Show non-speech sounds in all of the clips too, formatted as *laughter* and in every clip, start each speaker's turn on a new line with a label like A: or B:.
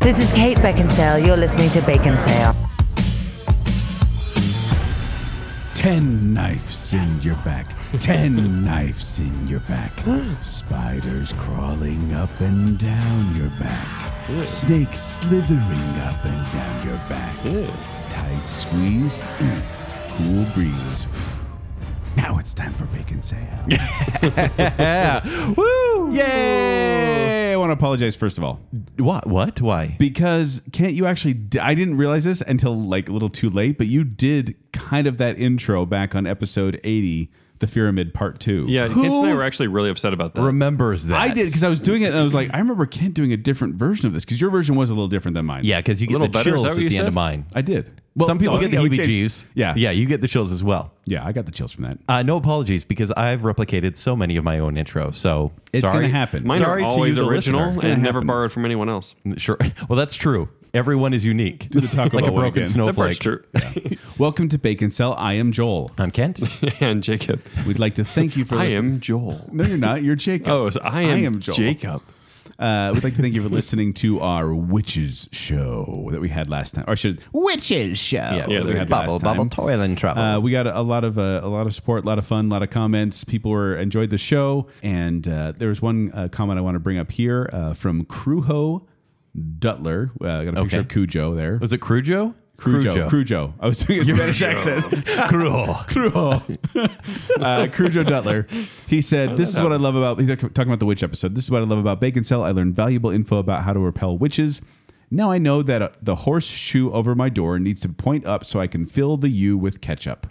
A: This is Kate Beckinsale. You're listening to Bacon Sale.
B: Ten knives in your back. Ten knives in your back. Spiders crawling up and down your back. Snakes slithering up and down your back. Tight squeeze. *clears throat* cool breeze. *sighs* Now it's time for bacon sale. *laughs*
C: Woo!
B: Yay! I want to apologize first of all
C: What? What? Why?
B: because can't you actually? d- I didn't realize this until like a little too late, but you did kind of that intro back on episode eighty, the Pyramid Part Two.
D: Yeah, Kent and I were actually really upset about that.
C: Remembers that?
B: I did because I was doing it and I was like, I remember Kent doing a different version of this because your version was a little different than mine.
C: yeah, because you get
D: Little
C: the
D: better,
C: chills
D: is that
C: at
D: what
C: the
D: you
C: end
D: said?
C: of mine.
B: I did.
C: Some people
B: oh,
C: get the
B: yeah, we
C: heebie-jeebies.
B: changed- Yeah,
C: yeah, you get the chills as well.
B: yeah. I got the chills from that.
C: Uh, no apologies because I've replicated so many of my own intros. So
B: It's
C: sorry.
B: gonna happen.
D: Mine
C: Sorry
D: are
C: to
D: always
C: you, the
D: original
C: listener. It's
D: and
C: gonna
D: never
B: happen.
C: *laughs*
D: borrowed from anyone else.
C: Mm, Sure. *laughs* Well, that's true. Everyone is unique. Do
B: the Taco
C: like a
B: Bell one
C: broken
B: again.
D: That
C: snowflake.
D: part's true.
B: Welcome to Bacon Cell. I am Joel.
C: I'm
B: *laughs*
C: Kent.
D: *laughs* and Jacob.
B: We'd like to thank you for.
D: *laughs* I
B: listening-
D: am Joel.
B: No, you're not. You're Jacob.
D: Oh, so I am,
B: Joel.
D: Jacob.
B: Uh, we'd like to thank you for listening to our witches show that we had last time, or should witches show
D: yeah,
B: that we
D: there
B: had
D: you go.
B: last time.
C: toil and trouble.
B: Uh, we got a, a lot of uh, a lot of support, a lot of fun, a lot of comments. People were enjoyed the show, and uh, there was one uh, comment I want to bring up here uh, from Cruho Dutler. Uh, I got a picture
C: Okay.
B: of Cujo there.
C: was it Crujo?
B: Crujo. Crujo. I was doing a Spanish accent.
C: Crujo. *laughs*
B: *laughs* Crujo. uh, Crujo Dutler. He said, This is what I love about, he's talking about the witch episode. This is what I love about Bacon Cell. I learned valuable info about how to repel witches. Now I know that uh, the horseshoe over my door needs to point up so I can fill the U with ketchup.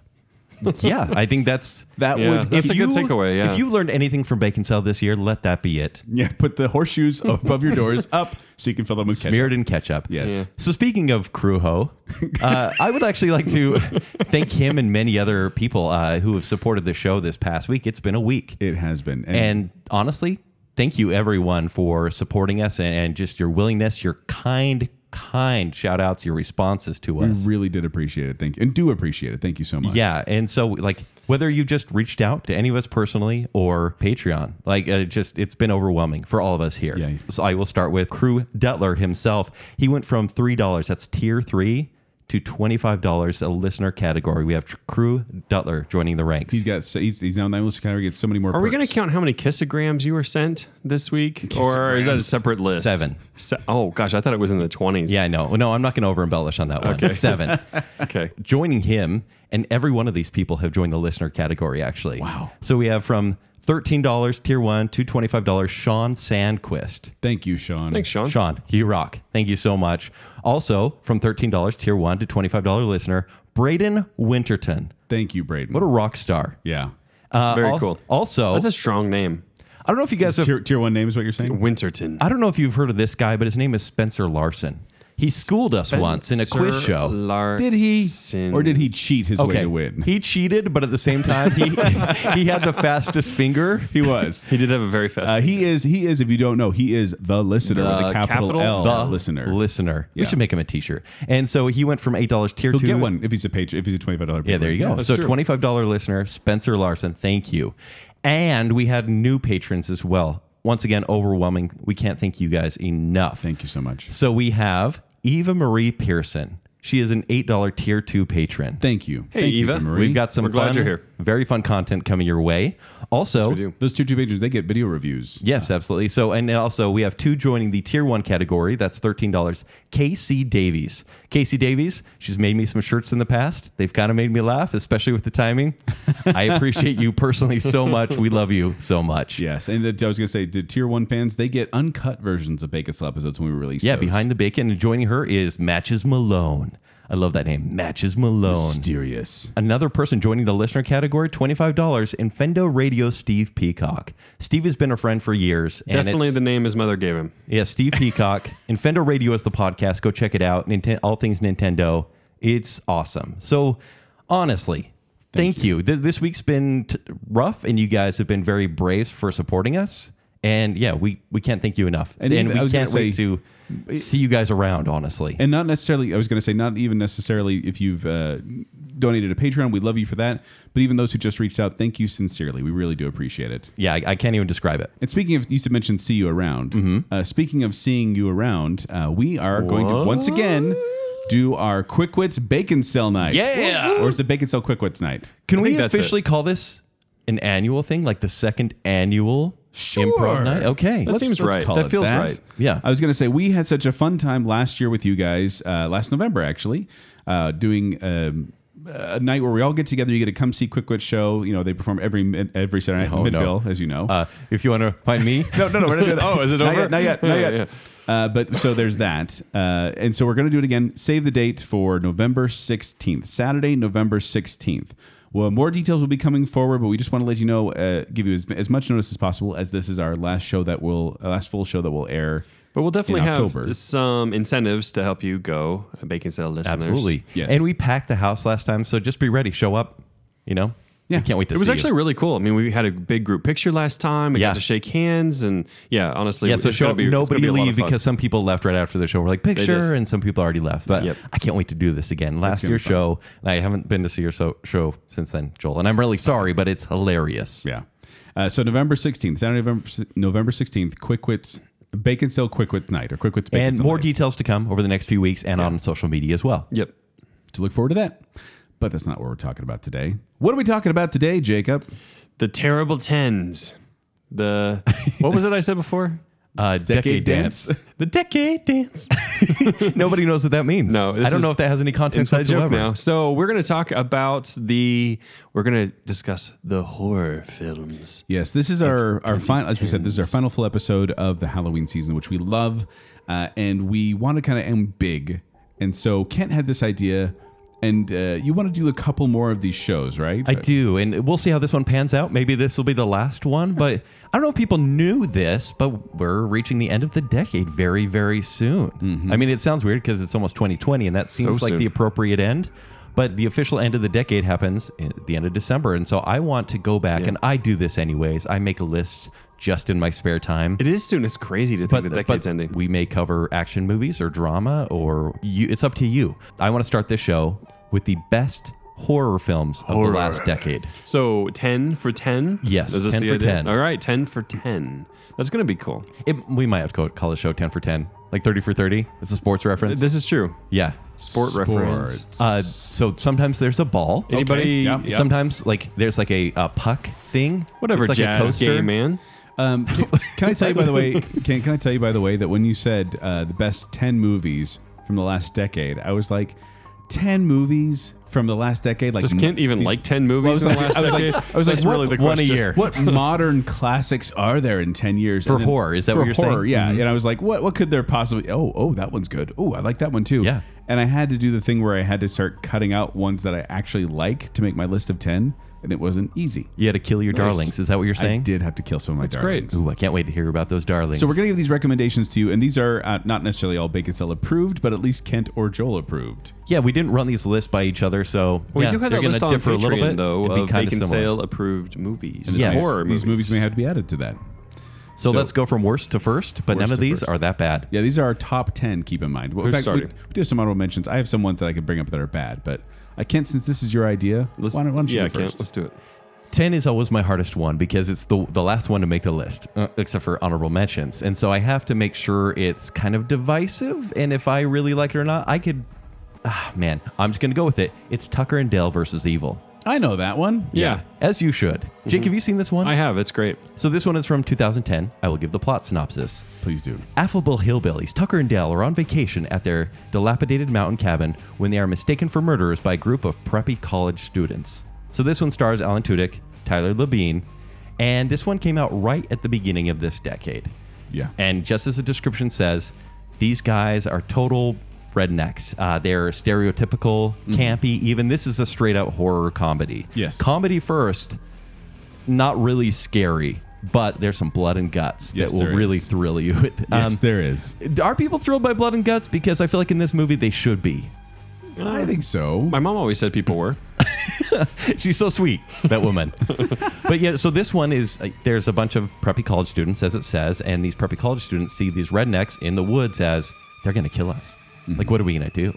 B: *laughs*
C: yeah, I think that's
B: That
D: Yeah.
B: would.
D: That's
C: if
D: a good
C: you-
D: takeaway, yeah.
C: If you learned anything from Bacon Cell this year, let that be it.
B: Yeah, put the horseshoes above your doors up so you can fill them with ketchup.
C: Smeared in ketchup.
B: Yes. Yeah.
C: So speaking of Crujo, uh, I would actually like to thank him and many other people uh, who have supported the show this past week. It's been a week.
B: It has been. And,
C: And honestly, thank you everyone for supporting us and, and just your willingness, your kind, kind shout outs, your responses to us.
B: we really did appreciate it. Thank you. And do appreciate it. Thank you so much.
C: Yeah, and so like whether you just reached out to any of us personally or Patreon, like uh, just it's been overwhelming for all of us here.
B: Yeah.
C: So I will start with Crew Dutler himself. He went from three dollars, that's tier three, to twenty five dollars, a listener category. We have Tr- Crew Dutler joining the ranks.
B: He's got, so he's, he's now in the list category. Gets so many more
D: Are we going
B: perks.
D: to count how many kissograms you were sent this week? Or is that a separate list?
C: Seven.
D: Se- oh, gosh. I thought it was in the 20s.
C: yeah, I know. No, I'm not going to over embellish on that one.
B: *laughs*
C: Seven.
D: Okay.
C: joining him, and every one of these people have joined the listener category, actually.
B: Wow.
C: So we have from $13 tier one to $25 Sean Sandquist.
B: Thank you, Sean.
D: Thanks, Sean.
C: Sean, you rock. Thank you so much. Also, from $13 tier one to $25 listener, Braden Winterton.
B: Thank you, Braden.
C: What a rock star.
B: yeah.
C: Uh,
D: Very
C: al-
D: cool.
C: Also,
D: That's a strong name.
C: I don't know if you guys have,
B: Tier, tier one name is what you're saying?
D: Winterton.
C: I don't know if you've heard of this guy, but his name is Spencer Larson. He schooled us once in a quiz
D: Sir
C: show.
D: Larson.
B: Did he or did he cheat his way to win? *laughs*
C: He cheated, but at the same time, he *laughs* he had the fastest finger.
B: He was.
D: He did have a very fast.
B: Uh, he is. He is. If you don't know, he is the listener with a
D: The
B: capital,
D: capital
B: L
C: The
B: listener.
C: listener.
B: Yeah.
C: We should make him a T-shirt. And so he went from eight dollars tier
B: He'll
C: two.
B: get one if he's a patron. If he's a twenty-five dollar.
C: Yeah, there you go. so twenty-five dollar listener Spencer Larson. Thank you. And we had new patrons as well. Once again, overwhelming. We can't thank you guys enough.
B: Thank you so much.
C: So we have Eva Marie Pearson. She is an eight dollar tier two patron.
B: Thank you.
D: Hey,
B: Thank you,
D: Eva.
B: Marie.
C: We've got some
D: We're glad
C: fun,
D: you're here.
C: very fun content coming your way. Also,
D: do.
B: those two two patrons. They get video reviews.
C: Yes, absolutely. So, and also we have two joining the tier one category. That's thirteen dollars. Casey Davies. Casey Davies. She's made me some shirts in the past. They've kind of made me laugh, especially with the
D: *laughs*
C: timing. I appreciate you personally so much. We love you so much.
B: Yes, and the, I was gonna say, the tier one fans they get uncut versions of Bacon Cell episodes when we release.
C: Yeah.
B: those.
C: Behind the bacon and joining her is Matches Malone. I love that name, Matches Malone.
B: mysterious.
C: Another person joining the listener category, $25, Infendo Radio Steve Peacock. Steve has been a friend for years. and
D: Definitely
C: it's-
D: the name his mother gave him.
C: Yeah,
B: *laughs*
C: Steve Peacock. Infendo Radio is the podcast. Go check it out. Ninten- all things Nintendo. It's awesome. So, honestly, thank, you. Th- this week's been t- rough, and you guys have been very brave for supporting us. And yeah, we, we can't thank you enough.
B: And
C: And,
B: even- I
C: we
B: was gonna
C: can't wait
B: say-
C: to see you guys around, honestly.
B: and not necessarily i was going to say not even necessarily if you've uh, donated to patreon we love you for that but even those who just reached out thank you sincerely we really do appreciate it
C: yeah, I, I can't even describe it.
B: and speaking of you said mentioned see you around uh, speaking of seeing you around uh, we are going to once again do our quick wits bacon cell night
C: Yeah.
B: or is it bacon cell quick wits night
C: Can we
D: think that's
C: officially call this an annual thing, like the second annual improv night? Okay.
D: That seems right.
B: call
D: That
B: it
D: feels right.
C: Yeah.
B: I was going to say, we had such a fun time last year with you guys, uh, last November, actually, uh, doing. Um, a night where we all get together. You get to come see Quick Wit Show. You know they perform every mid- every Saturday night
C: Oh,
B: in
C: no.
B: Midville, as you know.
C: Uh, if you want to find me,
B: *laughs* no, no, no. We're not
C: *laughs*
B: doing that.
D: Oh, is it
B: not
D: over?
B: Yet, not yet. Not
D: Yeah,
B: yet. Uh, but so there's that, uh, and so we're going to do it again. Save the date for November 16th, Saturday, November 16th. Well, more details will be coming forward, but we just want to let you know, uh, give you as, as much notice as possible, as this is our last show that will, uh, last full show that will air.
D: But we'll definitely have
B: October.
D: some incentives to help you go, uh, Bacon Sale listeners.
C: absolutely.
B: Yes.
C: And we packed the house last time, so just be ready. Show up. You know.
B: Yeah.
C: We can't wait to.
D: It was
C: see you.
D: actually really cool. I mean, we had a big group picture last time. We
C: Yeah.
D: got to shake hands, and yeah, honestly,
C: Yeah, so
D: it's
C: show
D: gonna
C: up.
D: be- it's gonna
C: Nobody
D: be a lot of
C: leave
D: fun.
C: because some people left right after the show. We're like picture,
D: did.
C: and some people already left. But
D: Yep.
C: I can't wait to do this again. Last
B: gonna
C: year's
B: be fun.
C: show, and I haven't been to see your so, show since then, Joel, and I'm really sorry, but it's hilarious.
B: Yeah. Uh, so November 16th, Saturday, November, November 16th, Quick Wits, Bacon Sale Quick Wits Night, or Quick Wits Bacon
C: And
B: Sale
C: more
B: Night.
C: details to come over the next few weeks and on social media as well.
D: Yep.
B: to look forward to that. But that's not what we're talking about today. What are we talking about today, Jacob?
D: The terrible tens.
C: *laughs*
D: The what was it I said before?
C: Uh, decade, dance.
B: Dance.
D: The decade dance.
C: *laughs* Nobody knows what that means.
D: No,
C: I
D: this
C: don't know
D: is
C: if that has any context
D: Inside joke
C: whatsoever.
D: now. So we're gonna talk about the. We're gonna discuss the horror films.
B: Yes, this is our our final. As we said, this is our final full episode of the Halloween season, which we love, uh, and we want to kind of end big. And so Kent had this idea, and uh, you want to do a couple more of these shows, right?
C: I do, and we'll see how this one pans out. Maybe this will be the last one,
D: *laughs*
C: but I don't know if people knew this, but we're reaching the end of the decade very, very soon. I mean, it sounds weird because it's almost 2020, and that seems like
D: Mm-hmm. soon.
C: the appropriate end. But the official end of the decade happens at the end of December, and so I want to go back, and I do this anyways. I make lists just in my spare time.
D: It is soon. It's crazy to think the decade's ending.
C: We may cover action movies or drama, or you, it's up to you. I want to start this show with the best horror films of the last decade.
D: So ten for ten.
C: Yes,
D: Is this
C: 10
D: the
C: for
D: idea?
C: 10.
D: All right, ten for ten. That's gonna be cool.
C: It, we might have to call the show 10 for 10, like 30 for 30. It's a sports reference.
D: This is true.
C: yeah.
D: Sport reference.
C: Uh, so sometimes there's a ball.
D: Anybody?
B: yeah, yeah.
C: Sometimes like there's like a, a puck thing.
D: Whatever.
C: It's like
D: jazz
C: a coaster.
D: game, man.
B: Um, can, can I tell you by the way? Can, can I tell you by the way that when you said uh, the best ten movies from the last decade, I was like, ten movies from the last decade. Like
D: Just can't even
B: *laughs* these-
D: like ten movies
B: Well,
D: in the last
B: I was like, I was
D: decade.
B: like, I was like,
D: That's
B: what-
D: really the
C: one a
D: question.
C: year. *laughs*
B: What modern classics are there in ten years And
C: horror, is that
B: for
C: what you're saying? Mm-hmm.
B: horror, Yeah, and I was like, what? What could there possibly? Oh, oh, that one's good. Oh, I like that one too.
C: Yeah.
B: and I had to do the thing where I had to start cutting out ones that I actually like to make my list of ten, and it wasn't easy.
C: You had to kill your darlings. Is that what you're
B: I
C: saying?
B: did have to kill some of my
D: great.
B: darlings.
C: Ooh, I can't wait to hear about those darlings.
B: So we're going to give these recommendations to you, and these are uh, not necessarily all Bacon Cell approved, but at least Kent or Joel approved.
C: yeah, we didn't run these lists by each other, so
D: We
C: yeah,
D: do have
C: they're
D: that
C: gonna
D: list on
C: differ
D: Patreon,
C: a little bit
D: though,
C: It'd be
D: of
C: kinda
D: Bacon
C: similar.
D: Sale approved movies.
C: Yeah.
B: These-
D: horror
B: These movies may have to be added to that. So-
C: So, let's go from worst to first, but none
B: Worst
C: of
B: to
C: these
B: first.
C: are that bad.
B: Yeah, these are our top ten. Keep in mind. Well, in
D: Who's
B: fact, we,
D: starting?
B: we do have some honorable mentions. I have some ones that I can bring up that are bad, but I can't since this is your idea.
D: Let's,
B: why don't, why don't you
D: yeah,
B: go
D: I can't.
B: first?
D: Let's do it.
C: 10 is always my hardest one because it's the, the last one to make the list, uh, except for honorable mentions. And so I have to make sure it's kind of divisive. And if I really like it or not, I could. Ah, man, I'm just going to go with it. It's Tucker and Dale versus Evil.
B: I know that one.
D: Yeah. Mm-hmm.
C: As you should. Jake, have you seen this one?
D: I have. It's great.
C: so this one is from 2010. I will give the plot synopsis.
B: please do.
C: Affable hillbillies Tucker and Dale are on vacation at their dilapidated mountain cabin when they are mistaken for murderers by a group of preppy college students. So this one stars Alan Tudyk, Tyler Labine, and this one came out right at the beginning of this decade.
B: Yeah.
C: And just as the description says, these guys are total rednecks. Uh, they're stereotypical, campy. Even this is a straight out horror comedy.
B: Mm-hmm. Yes.
C: comedy first, not really scary, but there's some blood and guts
B: Yes,
C: that will
B: there
C: really
B: is.
C: thrill you. Um,
B: yes, there is.
C: Are people thrilled by blood and guts? Because I feel like in this movie they should be.
B: I think so.
D: My mom always said people were.
C: *laughs* She's so sweet, that
B: *laughs*
C: woman. but yeah, so this one is uh, there's a bunch of preppy college students, as it says, and these preppy college students see these rednecks in the woods as they're going to kill us.
B: Mm-hmm.
C: Like, what are we going to do?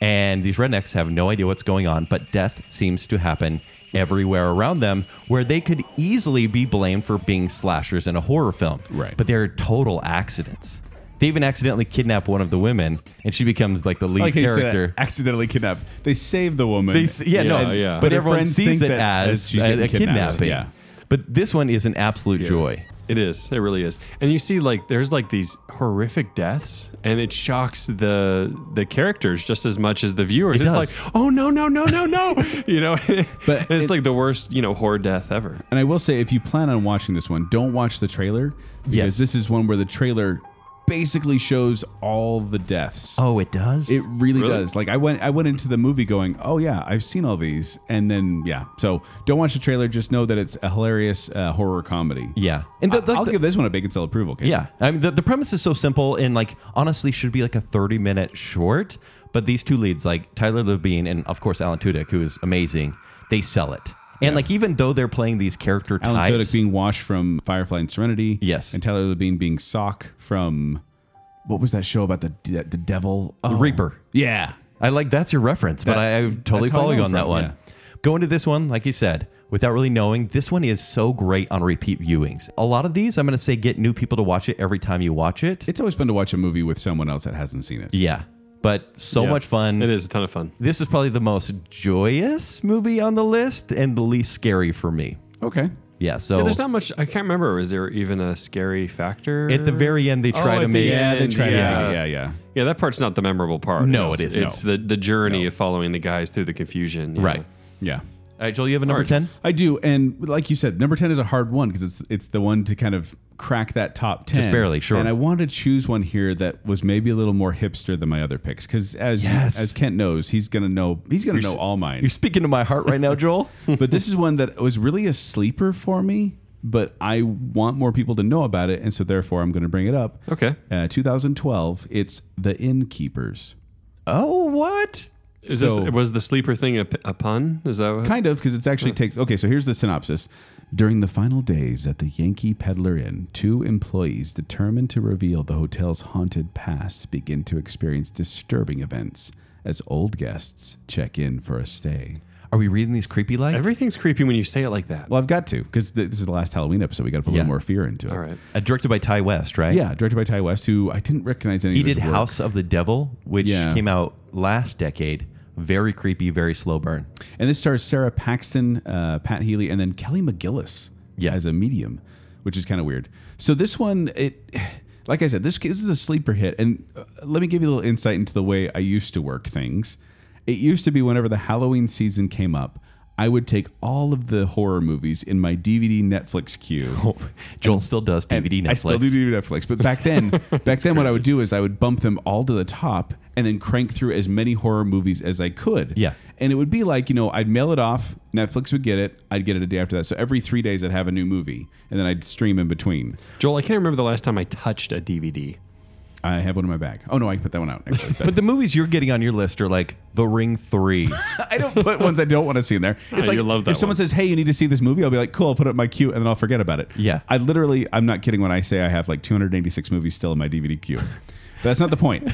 C: And these rednecks have no idea what's going on, but death seems to happen everywhere around them where they could easily be blamed for being slashers in a horror film.
B: Right.
C: But they're total accidents. They even accidentally kidnap one of the women, and she becomes like the lead
B: like how you said that,
C: character.
B: accidentally kidnapped. They save the woman.
C: They s- yeah, no,
D: Yeah, yeah.
C: but
B: Her
C: everyone
B: friends
C: sees it
B: think that
C: as,
B: she's
C: a,
B: getting
C: a
B: kidnapped.
C: kidnapping.
B: Yeah.
C: But this one is an absolute joy.
D: It is. It really is. And you see, like, there's like these horrific deaths, and it shocks the the characters just as much as the viewers.
C: It
D: it's
C: does.
D: like, oh no, no, no,
C: *laughs*
D: no, no. you know,
B: But
D: but *laughs* it's
B: it-
D: like the worst, you know, horror death ever.
B: And I will say, if you plan on watching this one, don't watch the trailer because
C: Yes.
B: this is one where the trailer basically shows all the deaths.
C: Oh, it does.
B: It really,
D: Really?
B: does. Like I went, I went into the movie going, "Oh yeah, I've seen all these," and then yeah. So don't watch the trailer. Just know that it's a hilarious uh, horror comedy.
C: yeah, and the, the,
B: I'll
C: the-
B: give this one a bacon cell approval. Kate.
C: yeah. I mean, the, the premise is so simple, and like honestly, should be like a thirty-minute short. But these two leads, like Tyler Labine and of course Alan Tudyk, who is amazing, they sell it. And like even though they're playing these character
B: Alan
C: types,
B: Tudyk being Wash from Firefly and Serenity.
C: Yes.
B: And Tyler Labine being Sock from what was that show about the de- the devil? Oh.
C: Reaper.
B: Yeah.
C: I like that's your reference, but
B: That-
C: I, I'm totally
B: that's how I
C: following
B: know
C: on
B: it
C: that
B: from,
C: one.
B: yeah.
C: Going to this one, like you said, without really knowing, this one is so great on repeat viewings. A lot of these, I'm going to say, get new people to watch it every time you watch it.
B: It's always fun to watch a movie with someone else that hasn't seen it.
C: yeah, but so
D: Yeah.
C: much fun.
D: It is a ton of fun.
C: This is probably the most joyous movie on the list and the least scary for me.
B: Okay.
C: Yeah, so
D: Yeah, there's not much. I can't remember. Is there even a scary factor
C: at the very end, they try
D: at
C: to
D: the
C: make.
D: end.
B: Yeah, they tried.
D: yeah.
B: Yeah, yeah, yeah.
D: Yeah, that part's not the memorable part.
C: No,
D: it's,
C: it isn't.
D: It's the the journey of following the guys through the confusion. you
C: Right.
D: know.
B: Yeah.
C: All right, Joel, you have a number
D: Hard.
C: 10?
B: I do, and like you said, number ten is a hard one because it's it's the one to kind of crack that top ten,
C: barely, sure.
B: And I wanted to choose one here that was maybe a little more hipster than my other picks because as you-
C: Yes.
B: as Kent knows, he's gonna know he's gonna know all mine.
C: You're speaking to my heart right now, Joel.
B: but this is one that was really a sleeper for me, but I want more people to know about it, and so therefore I'm going to bring it up.
D: Okay.
B: Uh, 2012, it's The Innkeepers.
C: oh, what?
D: Is
B: So-
D: this was the sleeper thing a, p- a pun? Is that what?
B: Kind of, because it's actually takes. Okay, so here's the synopsis. During the final days at the Yankee Peddler Inn, two employees determined to reveal the hotel's haunted past begin to experience disturbing events as old guests check in for a stay.
C: Are we reading these creepy like?
D: Everything's creepy when you say it like that.
B: Well, I've got to, because th- this is the last Halloween episode. We got to put a
C: Yeah.
B: little more fear into it.
D: All right.
C: Uh, directed by Ty West, right?
B: Yeah, directed by Ty West, who I didn't recognize any.
C: He
B: of his
C: did
B: work.
C: House of the Devil, which
B: Yeah.
C: came out last decade. Very creepy, very slow
B: *laughs*
C: burn.
B: and this stars Sarah Paxton, uh, Pat Healy, and then Kelly McGillis
C: Yeah.
B: as a medium, which is kind of weird. So this one, it, *sighs* like I said, this, this is a sleeper hit, and uh, let me give you a little insight into the way I used to work things. It used to be whenever the Halloween season came up. I would take all of the horror movies in my DVD Netflix queue.
C: *laughs* Joel still does DVD Netflix.
B: I still do do Netflix, but back then,
D: *laughs*
B: back then, what I would do is I would bump them all to the top and then crank through as many horror movies as I could.
C: Yeah.
B: and it would be like you know I'd mail it off, Netflix would get it, I'd get it a day after that. So every three days I'd have a new movie, and then I'd stream in between.
D: Joel, I can't remember the last time I touched a DVD.
B: I have one in my bag. Oh no, I put that one out.
D: *laughs*
B: Actually.
C: but the movies you're getting on your list are like The
B: *laughs*
C: Ring 3.
B: I don't put ones I don't want to see in there. It's
D: Oh,
B: like
D: you love that
B: if someone
D: one.
B: says, "Hey, you need to see this movie," I'll be like, "Cool, I'll put it in my queue," and then I'll forget about it.
C: Yeah.
B: I literally, I'm not kidding when I say I have like 286 movies still in my DVD queue. But that's not the point.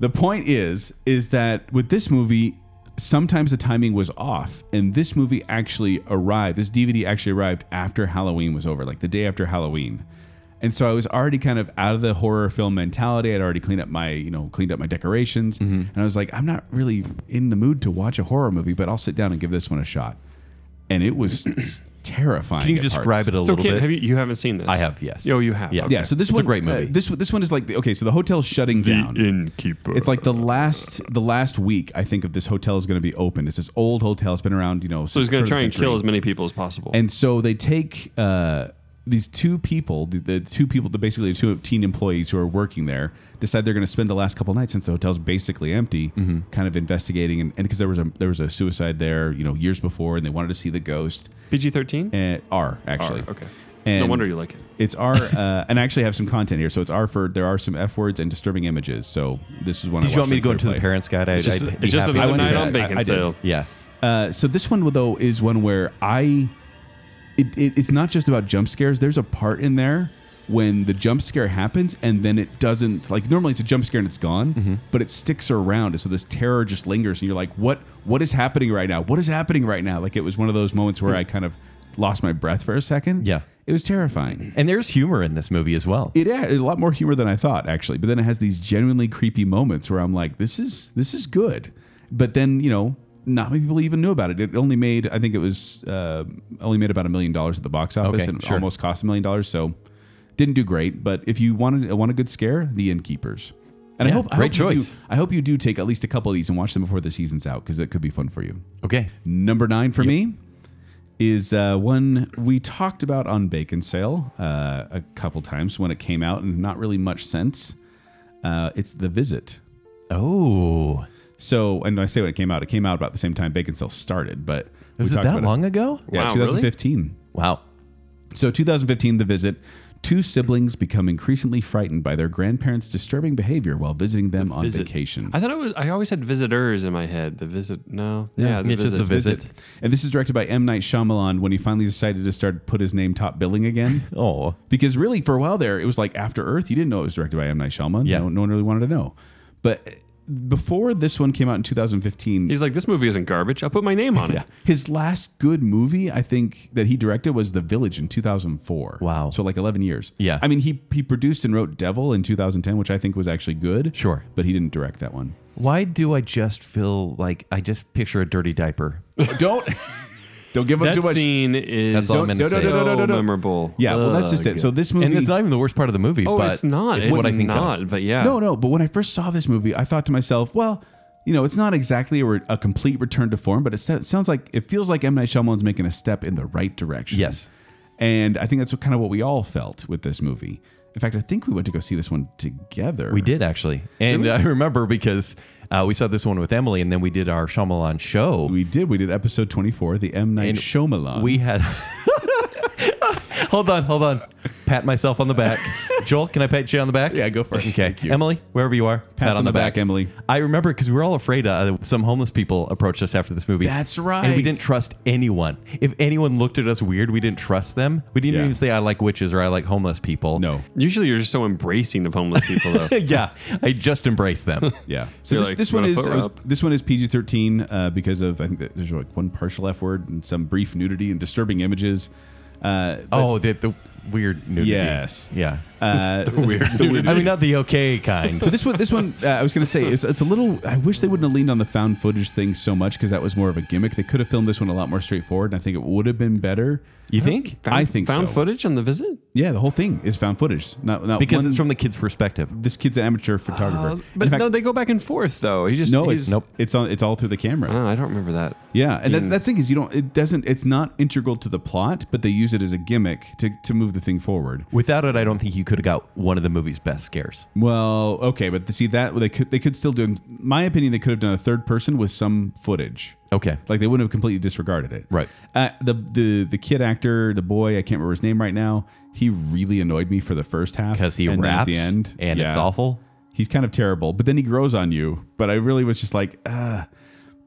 B: the point is, is that with this movie, sometimes the timing was off, and this movie actually arrived. This DVD actually arrived after Halloween was over, like the day after Halloween. And so I was already kind of out of the horror film mentality. I'd already cleaned up my, you know, cleaned up my decorations, and I was like, I'm not really in the mood to watch a horror movie, but I'll sit down and give this one a shot. And it was terrifying.
C: Can you
B: at
C: describe
B: parts.
C: it a
D: So,
C: little
D: Kent,
C: bit?
D: have you you haven't seen this?
C: I have, yes.
D: Oh, you have.
C: Yeah.
D: Okay.
B: Yeah, so this
C: It's a
B: one
C: great movie.
B: Uh, this this one is like the, okay, so the hotel's shutting down.
D: innkeeper.
B: It's like the last the last week I think of this hotel is going to be open. It's this old hotel. It's been around, you know.
D: so he's going to try and kill
B: his.
D: as many people as possible.
B: And so they take uh, these two people, the, the two people, the basically the two teen employees who are working there, decide they're going to spend the last couple nights since the hotel's basically empty, kind of investigating, and because there was a there was a suicide there, you know, years before, and they wanted to see the ghost.
D: PG thirteen.
B: And R actually,
D: okay.
B: And
D: No wonder you like it.
B: It's R, uh, *laughs* and I actually have some content here. So it's R for there are some F words and disturbing images. So this is one. I
C: Did you
B: watched
C: want me
B: on
C: to go into the
B: Clearplay.
C: parents' guide? I,
D: It's just,
C: I'd be
D: it's just
C: happy
D: another
C: to do
D: night
B: that.
D: on
B: I-
D: bacon
B: I did.
D: sale.
C: that. Yeah.
B: Uh, so this one though is one where I, it, it, it's not just about jump scares. There's a part in there when the jump scare happens and then it doesn't like normally it's a jump scare and it's gone,
C: Mm-hmm.
B: but it sticks around. So this terror just lingers and you're like, what what is happening right now? What is happening right now? Like it was one of those moments where I kind of lost my breath for a second.
C: Hmm. Yeah.
B: it was terrifying.
C: And there's humor in this movie as well.
B: It had a lot more humor than I thought, actually. But then it has these genuinely creepy moments where I'm like, this is this is good. But then you know, not many people even knew about it. It only made, I think it was uh, only made about a million dollars at the box office,
C: Okay,
B: and
C: sure.
B: almost cost a million dollars. So didn't do great. But if you wanted uh, want a good scare, The Innkeepers. And
C: Yeah,
B: I hope, I
C: great
B: hope you do-
C: choice.
B: I hope you do take at least a couple of these and watch them before the season's out because it could be fun for you.
C: Okay.
B: Number nine for me is uh, one we talked about on Bacon Sale uh, a couple times when it came out, and not really much sense. Uh, it's The Visit.
C: Oh.
B: So, and I say when it came out, it came out about the same time Bacon Sale started, but we
C: Was it
B: talked
C: that
B: about
C: long ago?
B: Yeah,
D: Wow, really?
B: 2015.
C: Wow.
B: So, 2015, The Visit. Two siblings become increasingly frightened by their grandparents' disturbing behavior while visiting them on
D: Visit.
B: vacation.
D: I thought it was. I always had visitors in my head. The visit. No. Yeah. the
C: It's just the visit.
B: And this is directed by M. Night Shyamalan when he finally decided to start put his name top billing again.
C: Oh.
B: Because really, for a while there, it was like After Earth. You didn't know it was directed by M Night Shyamalan.
C: Yeah.
B: No, no one really wanted to know. But eh, before this one came out in 2015,
D: He's like, this movie isn't garbage. I'll put my name on it.
B: yeah, his last good movie I think that he directed was The Village in 2004.
C: Wow.
B: So like 11 years.
C: Yeah.
B: I mean, he he produced and wrote Devil in 2010, which I think was actually good.
C: Sure.
B: But he didn't direct that one. *laughs*
C: Why do I just feel like I just picture a dirty diaper?
B: don't don't give him
D: That
B: too much.
D: scene is
C: That's all I'm gonna
D: so
C: say. No, no,
B: no, no, no.
D: memorable.
B: Yeah. Well, that's just
D: Ugh.
B: it. So this movie
C: And it's not even the worst part of the movie.
D: Oh,
C: but
D: it's not.
C: It's, what I think. of.
D: Not, but yeah.
C: Oh.
B: No, no. But when I first saw this movie, I thought to myself, well, you know, it's not exactly a, re- a complete return to form, but it sa- sounds like it feels like M Night Shyamalan's making a step in the right direction.
C: Yes.
B: and I think that's what, kind of what we all felt with this movie. In fact, I think we went to go see this one together.
C: We did actually, and I remember because uh, we saw this one with Emily, and then we did our Shyamalan show.
B: We did. We did episode twenty-four, the M Night
C: And
B: Shyamalan.
C: We had. *laughs* hold on, hold on. Pat myself on
B: *laughs*
C: the back. Joel, can I pat you on the back?
B: Yeah, go for it.
C: Okay,
B: Thank you.
C: Emily, wherever you are, pat
B: Pats on the back, Emily.
C: I remember because we were all afraid uh, some homeless people approached us after this movie.
B: That's
C: And we
B: right.
C: didn't trust anyone. If anyone looked at us weird, we didn't trust them. We didn't
B: Yeah.
C: even say I like witches or I like homeless people.
B: No.
D: Usually you're just so embracing of homeless people,
C: *laughs*
D: though.
C: yeah, I just
B: *laughs*
C: embrace them.
B: Yeah. So
D: You're
B: this,
D: like,
B: this
D: "You
B: one
D: want a
B: is
D: foot
B: I was-
D: rub?"
B: this one is PG thirteen uh, because of I think that there's like one partial F word and some brief nudity and disturbing images. Uh,
C: oh, the, the weird nudity.
B: Yes.
C: Yeah.
B: *laughs* uh, weird.
C: I mean, not *laughs* the okay kind.
B: this one, this one, uh, I was gonna say, it's, it's a little. I wish they wouldn't have leaned on the found footage thing so much because that was more of a gimmick. They could have filmed this one a lot more straightforward, and I think it would have been better.
C: You think?
D: Found-
B: I think
D: found
B: so.
D: footage on the visit.
B: Yeah, the whole thing is found footage. Not, not
C: Because
B: one-
C: it's from the kid's perspective.
B: this kid's an amateur photographer. In
D: But
B: fact,
D: no, they go back and forth though. He just
B: Uh, no,
D: he's,
B: it's nope. It's on. It's all through the camera.
D: Oh, I don't remember that.
B: Yeah, and that's, that thing is you don't. It doesn't. It's not integral to the plot, but they use it as a gimmick to to move the thing forward.
C: Without it, I don't think you could have got one of the movie's best scares.
B: Well, okay, but see that they could they could still do. My opinion, they could have done a third person with some footage.
C: Okay.
B: Like they wouldn't have completely disregarded it.
C: Right.
B: Uh, the the the kid actor, the boy, I can't remember his name right now. He really annoyed me for the first half
C: Because he
B: and then
C: raps
B: at the end,
C: and it's
B: yeah,
C: awful.
B: He's kind of terrible, but then he grows on you. But I really was just like, ah.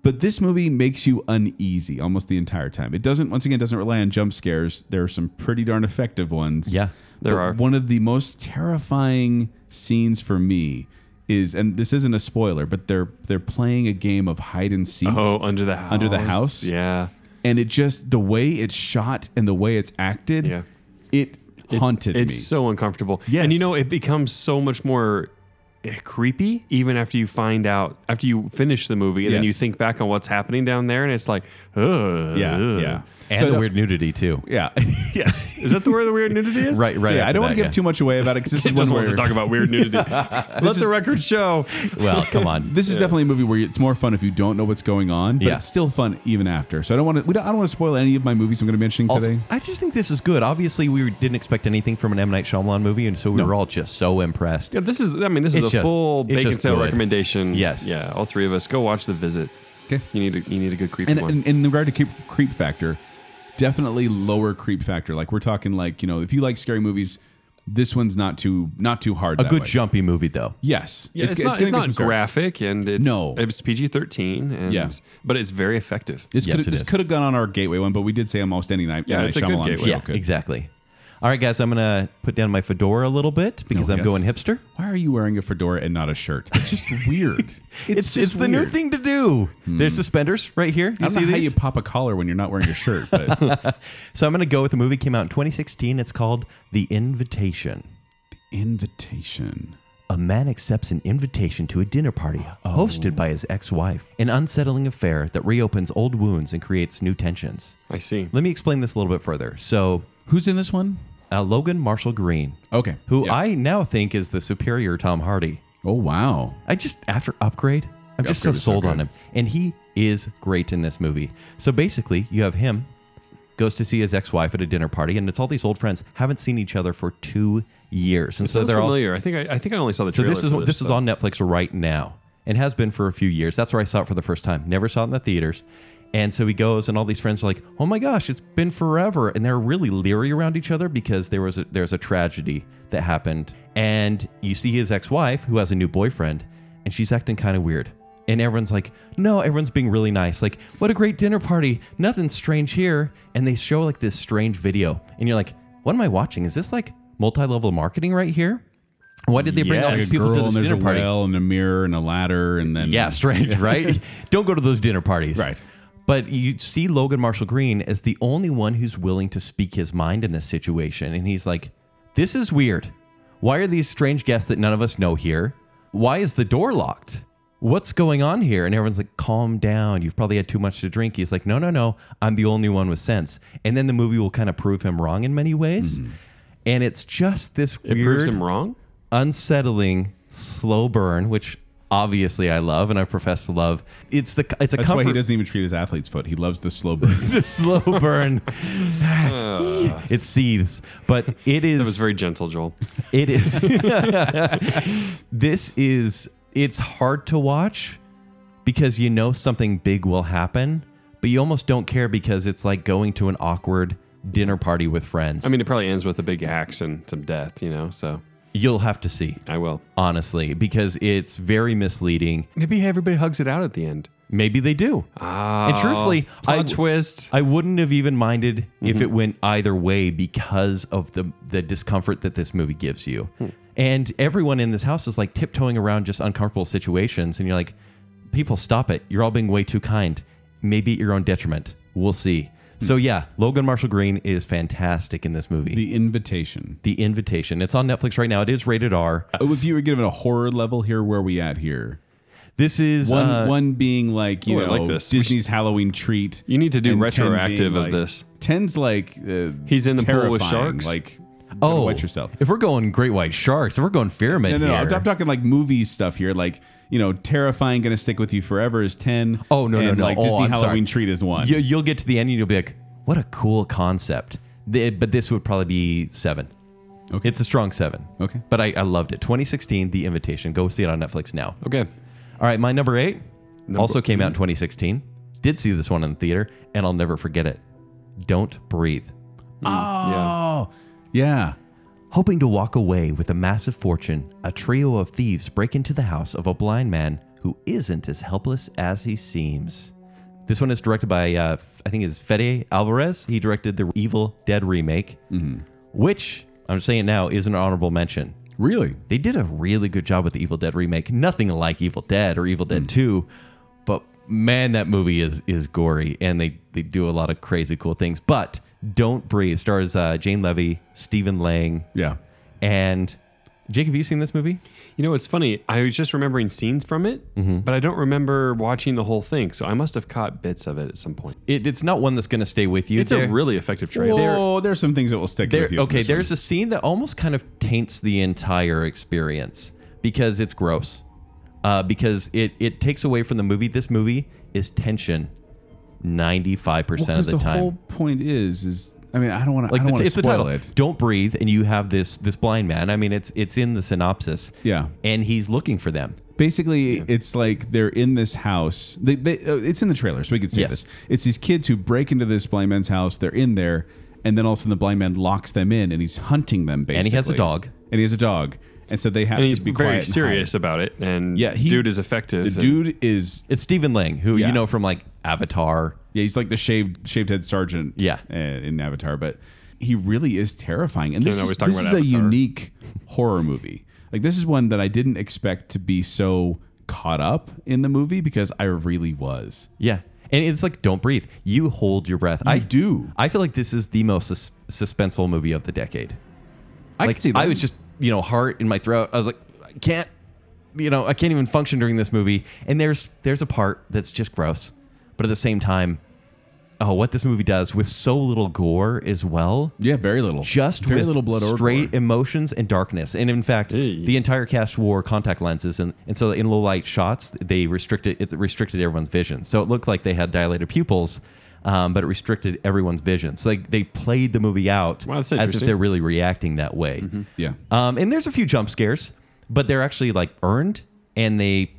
B: But this movie makes you uneasy almost the entire time. It doesn't. Once again, it doesn't rely on jump scares. There are some pretty darn effective ones.
C: Yeah.
D: There
B: But
D: are.
B: one of the most terrifying scenes for me is, and this isn't a spoiler, but they're they're playing a game of hide and seek
D: Oh, under the house.
B: Under the house?
D: Yeah.
B: and it just the way it's shot and the way it's acted,
D: Yeah.
B: it haunted
D: It's
B: me.
D: so uncomfortable.
B: Yes.
D: And you know, it becomes so much more eh, creepy even after you find out after you finish the movie and then
B: Yes.
D: you think back on what's happening down there and it's like, ugh.
B: yeah, yeah,
C: And
B: So
C: the
B: that-
C: weird nudity, too.
B: *laughs* yeah, *laughs*
D: *laughs*
B: yes,
D: Is that the where the weird nudity is?
C: Right, right.
B: So, yeah, I
C: after
B: don't want
C: that,
B: to give too much away about it
D: *laughs*
B: because this is
D: It
B: one
D: just wants
B: where
D: to talk about
B: *laughs*
D: weird nudity. Let the record show.
C: yeah. *laughs* Well, come on.
B: this is definitely a movie where it's more fun if you don't know what's going on, but
C: Yeah.
B: it's still fun even after. So I don't want to. We don't, I don't want to spoil any of my movies I'm going to be mentioning
C: Also, *laughs*
B: today.
C: I just think this is good. Obviously, we didn't expect anything from an M. Night Shyamalan movie, and so we were all just so impressed.
D: Yeah, this is. I mean, this is
C: It's
D: a
C: just-
D: full
C: it's
D: bacon
C: just
D: sale
C: good.
D: recommendation.
C: Yes.
D: Yeah, all three of us go watch the visit.
B: 'Kay.
D: You need a you need a good creepy
B: And,
D: one.
B: and, and in regard to creep, creep factor, definitely lower creep factor. Like we're talking like you know if you like scary movies, This one's not too not too hard.
C: A
B: that
C: good
B: way.
C: jumpy movie though.
B: Yes.
D: Yeah, it's, not,
B: gonna
D: it's
B: give some
D: not
B: scars.
D: graphic and it's
B: No.
D: it's PG thirteen and
B: Yeah.
D: but it's very effective.
B: This
C: Yes,
B: could
C: it
B: this
C: is.
B: could have gone on our gateway one, but we did say almost any night.
D: Yeah,
B: M. Night
D: it's a good
B: Shyamalan
D: gateway.
B: show
D: Yeah,
B: could.
C: exactly. All right, guys, I'm gonna put down my fedora a little bit because
B: Oh,
C: I'm
B: yes.
C: going hipster.
B: Why are you wearing a fedora and not a shirt? That's
C: *laughs*
B: just weird.
C: It's it's,
B: just
C: the new
B: weird.
C: thing to do. There's
B: Hmm.
C: suspenders right here. You
B: I don't
C: see
B: know how
C: these?
B: you pop a collar when you're not wearing a shirt, but
C: *laughs* so I'm gonna go with a movie came out in 2016. It's called The Invitation.
B: invitation.
C: A man accepts an invitation to a dinner party hosted by his ex-wife, an unsettling affair that reopens old wounds and creates new tensions.
D: I see.
C: Let me explain this a little bit further. So,
B: Who's in this one?
C: uh, Logan Marshall Green,
B: Okay.
C: who
B: Yeah.
C: I now think is the superior Tom Hardy.
B: Oh wow.
C: I just after upgrade, I'm just so
B: Upgrade was so
C: sold on
B: good.
C: him, and he is great in this movie. So basically, you have him goes to see his ex-wife at a dinner party, and it's all these old friends haven't seen each other for two years, and so
D: Sounds
C: they're all
D: familiar. I think I, I think I only saw the
C: so
D: trailer.
C: this is
D: for
C: this, is on Netflix right now and has been for a few years. That's where I saw it for the first time. Never saw it in the theaters. And so he goes, and all these friends are like, "Oh my gosh, it's been forever!" And they're really leery around each other because there was a, there's a tragedy that happened, and you see his ex-wife who has a new boyfriend, and she's acting kind of weird. And everyone's like, "No, everyone's being really nice. Like, what a great dinner party! Nothing strange here." And they show like this strange video, and you're like, "What am I watching? Is this like multi-level marketing right here? Why did they bring all
D: Yes.
C: these
B: Girl,
C: people to
B: and
C: this
B: there's
C: dinner
B: a
C: party?"
B: well and a mirror and a ladder and then
C: Yeah,
B: *laughs*
C: strange, right? Don't go to those dinner parties.
B: Right.
C: But you see Logan Marshall Green as the only one who's willing to speak his mind in this situation. And he's like, This is weird. Why are these strange guests that none of us know here? Why is the door locked? What's going on here? And everyone's like, Calm down. You've probably had too much to drink. He's like, No, no, no. I'm the only one with sense. And then the movie will kind of prove him wrong in many ways.
B: Hmm.
C: And it's just this
D: It
C: weird
D: proves him wrong.
C: unsettling slow burn, which obviously I love and I profess to love. It's the it's a
B: That's
C: comfort.
B: why he doesn't even treat his athlete's foot. He loves the slow burn.
C: *laughs* the slow
B: *laughs*
C: burn. *laughs* it seethes, but it is
D: That was very gentle, Joel.
C: *laughs* it is.
D: *laughs*
C: this is it's hard to watch because you know something big will happen, but you almost don't care because it's like going to an awkward dinner party with friends.
D: I mean, it probably ends with a big axe and some death, you know. So
C: you'll have to see
D: I will.
C: honestly because it's very misleading.
D: Maybe everybody hugs it out at the end.
C: Maybe they do.
D: Ah,
B: Oh,
C: And truthfully,
D: plot
C: I-
D: twist.
C: I wouldn't have even minded
B: Mm-hmm.
C: if it went either way because of the the discomfort that this movie gives you.
B: Hmm.
C: And everyone in this house is like tiptoeing around just uncomfortable situations and you're like, people stop it. You're all being way too kind. Maybe at your own detriment. We'll see. So yeah, Logan Marshall Green is fantastic in this movie. The,
B: Hmm. the invitation.
C: Invitation. It's on Netflix right now. It is rated R.
B: Oh, if you were given a horror level here, where are we at here?
C: This is
B: One
C: uh,
B: one being like you
D: Oh, I
B: know
D: like this.
B: Disney's Halloween treat.
D: You need to do
B: and 10
D: retroactive
B: being,
D: of
B: like-
D: this.
B: Ten's like uh,
D: He's in the pool with
B: terrifying,
D: sharks?
B: Like oh,
C: oh,
B: wet yourself.
C: If we're going Great White Sharks, if we're going Pyramid
B: No, no, no.
C: here,
B: I'm, I'm talking like movie stuff here. Like you know, terrifying, gonna stick with you forever is ten.
C: Oh no no
B: and,
C: no!
B: Like
C: oh,
B: Disney
C: I'm sorry.
B: Halloween treat is one.
C: You, you'll get to the end and you'll be like, "What a cool concept!" The- but this would probably be seven.
B: Okay.
C: It's a strong seven.
B: Okay.
C: But I, I loved it. 2016, The Invitation. Go see it on Netflix now.
D: Okay.
C: All right, my number eight also came out in 2016. Did see this one in the theater, and I'll never forget it. Don't breathe. Mm,
B: Oh yeah.
C: Hoping to walk away with a massive fortune, a trio of thieves break into the house of a blind man who isn't as helpless as he seems. This one is directed by, uh, I think it's Fede Alvarez. He directed the Evil Dead remake, which I'm saying it now is an honorable mention.
B: Really?
C: They did a really good job with the Evil Dead remake. Nothing like Evil Dead or Evil Dead 2, but man, that movie is is gory and they they do a lot of crazy cool things. But Don't Breathe stars uh, Jane Levy, Stephen Lang,
B: Yeah.
C: and Jake, have you seen this movie?
D: You know, it's funny. I was just remembering scenes from it,
C: Mm-hmm.
D: but I don't remember watching the whole thing. So I must have caught bits of it at some point.
C: It, it's not one that's going to stay with you.
D: It's a
C: There-
D: really effective trailer.
B: Oh, there's some things that will stick
C: there-
B: with you. from
C: okay.
B: this
C: There's a scene that almost kind of taints the entire experience because it's gross. Uh, because it it takes away from the movie. This movie is tension, ninety five percent of
B: Because
C: the, time.
B: whole point is, is I mean, I don't want to.
C: like
B: I don't
C: the t-
B: want
C: it's
B: to
C: the
B: spoil
C: title.
B: it.
C: Don't breathe, and you have this this blind man. I mean, it's it's in the synopsis.
B: Yeah.
C: and he's looking for them.
B: Basically, it's like they're in this house. They, they, uh, it's in the trailer, so we could say
C: Yes.
B: this. It's these kids who break into this blind man's house. They're in there, And then all of a sudden, the blind man locks them in, and he's hunting them. Basically,
C: And he has a dog.
B: and he has a dog, and so they have
D: And he's
B: to be quiet
D: very
B: and hide.
D: serious about it. And
B: Yeah, he-
D: dude is effective.
B: The
D: and-
B: dude is
C: It's Stephen Lang, who
B: Yeah.
C: you know from like Avatar.
B: Yeah, he's like the shaved shaved head sergeant.
C: Yeah.
B: uh, in Avatar, but he really is terrifying. And this
D: know
B: is,
D: he's talking
B: this
D: about
B: is a
D: Avatar.
B: unique horror movie. Like this is one that I didn't expect to be so caught up in the movie because I really was.
C: Yeah. And it's like, don't breathe. You hold your breath. I
B: do.
C: I feel like this is the most sus- suspenseful movie of the decade.
B: I
C: like
B: could see that.
C: I was just you know heart in my throat. I was like, I can't, you know, I can't even function during this movie. And there's there's a part that's just gross, but at the same time, oh, what this movie does with so little gore as well,
B: yeah, very little,
C: just
B: very
C: with
B: little blood or
C: straight
B: gore.
C: emotions and darkness. And in fact,
D: Hey.
C: the entire cast wore contact lenses, and, and so in low light shots, they restricted it restricted everyone's vision. So it looked like they had dilated pupils. Um, but it restricted everyone's vision. So like they played the movie out
D: Wow,
C: as
D: that's
C: if
D: interesting.
C: they're really reacting that way.
B: yeah.
C: Um, and there's a few jump scares, but they're actually like earned and they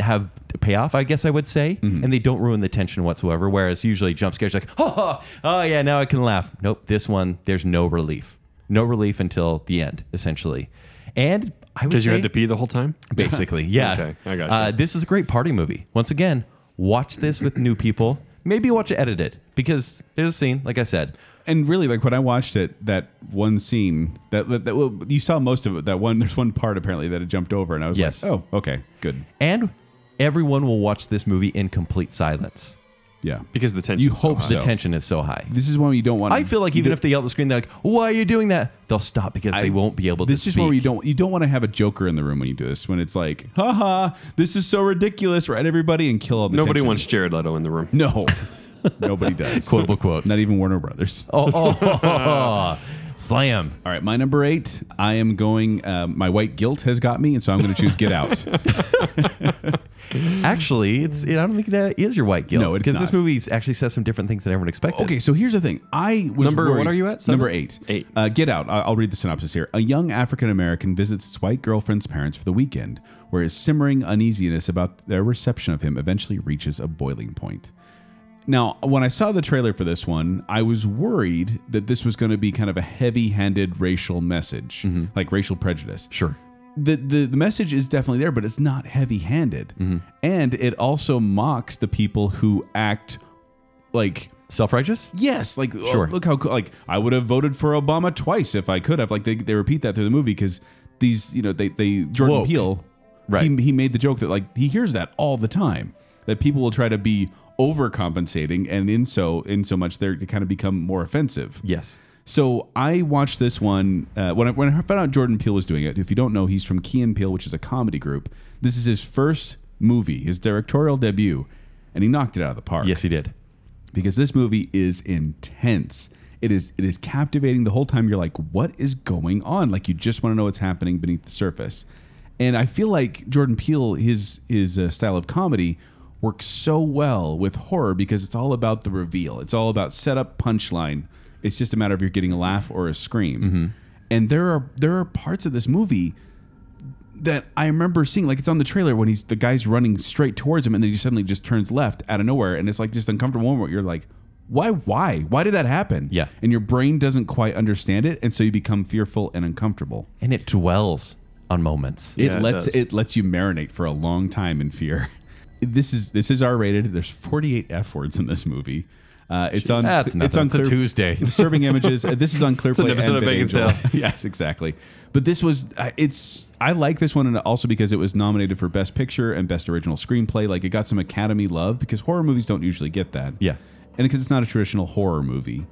C: have a payoff, I guess I would say,
D: Mm-hmm.
C: and they don't ruin the tension whatsoever. Whereas usually jump scares like, oh, oh, oh, yeah, now I can laugh. Nope, this one there's no relief, no relief until the end, essentially. And I would
D: Because you
C: say,
D: had
C: *laughs*
D: to pee the whole time?
C: basically, yeah.
D: *laughs* Okay, I gotcha.
C: Uh, this is a great party movie. Once again, watch this with new people. Maybe watch it edited because there's a scene, like I said,
B: And really, like when I watched it, that one scene that that, that well, you saw most of it. That one, there's one part apparently that it jumped over, and I was
C: Yes.
B: like, oh, okay, good,
C: and everyone will watch this movie in complete silence.
B: yeah.
D: Because the tension.
B: You hope
C: The
B: so.
C: tension is so high.
B: This is one you don't want.
C: I feel like even if they yell at the screen, they're like, "Why are you doing that?" They'll stop because they won't be able to.
B: this is
C: speak.
B: where you don't you don't want to have a joker in the room when you do this when it's like haha this is so ridiculous right everybody and kill all the
D: Nobody
B: tension.
D: wants Jared Leto in the room.
B: *laughs*
C: *laughs*
B: no nobody does
C: quotable quotes.
B: not even Warner Brothers
C: oh, oh,
B: *laughs*
C: slam!
B: all right my number eight I am going uh, my white guilt has got me and so I'm going to choose Get Out
C: Actually, it's. It, I don't think that is your white guilt.
B: No, it's
C: because this
B: not.
C: movie actually says some different things than everyone expected.
B: Okay, so here's the thing. I was
D: Number- what
B: worried-
D: are you at? Seven?
B: Number eight.
D: Eight.
B: Uh, get out. I- I'll read the synopsis here. A young African American visits his white girlfriend's parents for the weekend, where his simmering uneasiness about their reception of him eventually reaches a boiling point. Now, when I saw the trailer for this one, I was worried that this was going to be kind of a heavy-handed racial message,
D: Mm-hmm.
B: like racial prejudice
C: sure.
B: the, the the message is definitely there, but it's not heavy handed,
D: Mm-hmm.
B: and it also mocks the people who act like
C: Self righteous.
B: yes, like oh,
C: Sure.
B: look how cool- like I would have voted for Obama twice if I could have. Like they, they repeat that through the movie because these you know they they Jordan
C: Woke.
B: Peele
C: Right.
B: he, he made the joke that like he hears that all the time that people will try to be overcompensating and in so in so much they're they kind of become more offensive.
C: Yes.
B: So I watched this one uh, when I when I found out Jordan Peele was doing it. If you don't know, he's from Key and Peele, which is a comedy group. This is his first movie, his directorial debut, and he knocked it out of the park.
C: Yes, he did.
B: because this movie is intense. It is it is captivating the whole time. You're like, what is going on? Like you just want to know what's happening beneath the surface. And I feel like Jordan Peele, his his uh, style of comedy, works so well with horror because it's all about the reveal. It's all about setup, punchline. It's just a matter of you're getting a laugh or a scream. And there are there are parts of this movie that I remember seeing, like it's on the trailer when he's the guy's running straight towards him, and then he suddenly just turns left out of nowhere, and it's like this uncomfortable moment where you're like, why, why, why did that happen?
C: Yeah.
B: and your brain doesn't quite understand it, and so you become fearful and uncomfortable.
C: And it dwells on moments.
B: It
D: Yeah, it
B: lets
D: does.
B: it, lets you marinate for a long time in fear. *laughs* This is this is R rated. There's 48 f words in this movie. Uh, it's on
C: That's nothing.
B: it's on
C: It's a
B: Clear-
C: Tuesday.
B: *laughs* Disturbing images. Uh, this is on Clearplay. It's
D: an episode of Bacon Sale.
B: *laughs* yes, exactly. But this was uh, it's I like this one and also because it was nominated for best picture and best original screenplay. Like it got some Academy love because horror movies don't usually get that.
C: Yeah.
B: and because it's not a traditional horror movie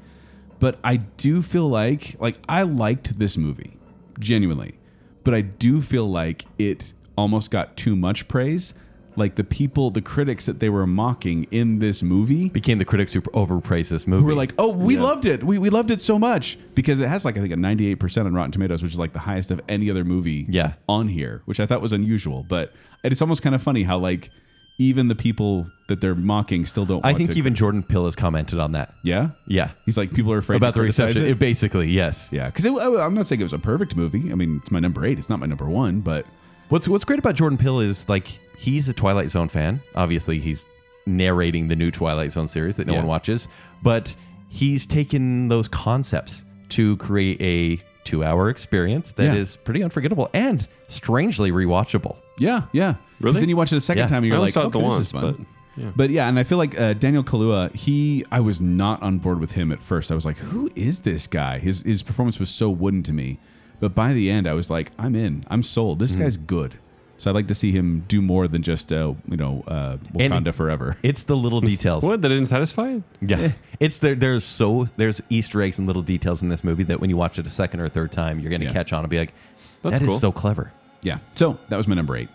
B: but I do feel like like I liked this movie genuinely, but I do feel like it almost got too much praise. Like the people, the critics that they were mocking in this movie
C: Became the critics who overpraised this movie.
B: who were like, "Oh, we loved it. We, we loved it so much because it has like I think a 98% on Rotten Tomatoes, which is like the highest of any other movie
C: Yeah.
B: on here, which I thought was unusual, but it's almost kind of funny how like even the people that they're mocking still don't
C: I
B: want
C: think
B: to-
C: even Jordan Peele has commented on that.
B: yeah.
C: Yeah.
B: He's like people are afraid
C: About
B: to
C: the
B: criticize
C: reception.
B: it.
C: It basically, yes.
B: Yeah, because I'm not saying it was a perfect movie. I mean, it's my number eight. It's not my number one, but
C: What's what's great about Jordan Peele is like he's a Twilight Zone fan. Obviously, he's narrating the new Twilight Zone series that no
B: Yeah.
C: one watches, but he's taken those concepts to create a two hour experience that is
B: Yeah.
C: pretty unforgettable and strangely rewatchable.
B: Yeah, yeah. 'Cause
D: Really?
B: Then you watch it a second
C: Yeah.
B: time and you're
D: I only
B: like,
D: saw it
B: okay,
D: the
B: this
D: once,
B: is fun.
D: but, yeah.
B: But yeah, and I feel like uh, Daniel Kalua, he, I was not on board with him at first. I was like, who is this guy? His his performance was so wooden to me. But by the end, I was like, I'm in. I'm sold.
D: Mm-hmm.
B: This guy's good. So I'd like to see him do more than just, uh, you know, uh,
C: And-
B: Wakanda forever.
C: It's the little details.
D: What? That didn't satisfy it?
C: Yeah. It's there there's so there's Easter eggs and little details in this movie that when you watch it a second or a third time, you're gonna
B: Yeah.
C: catch on and be like,
D: That's
C: "That is
D: cool."
C: so clever.
B: Yeah. So that was my number eight.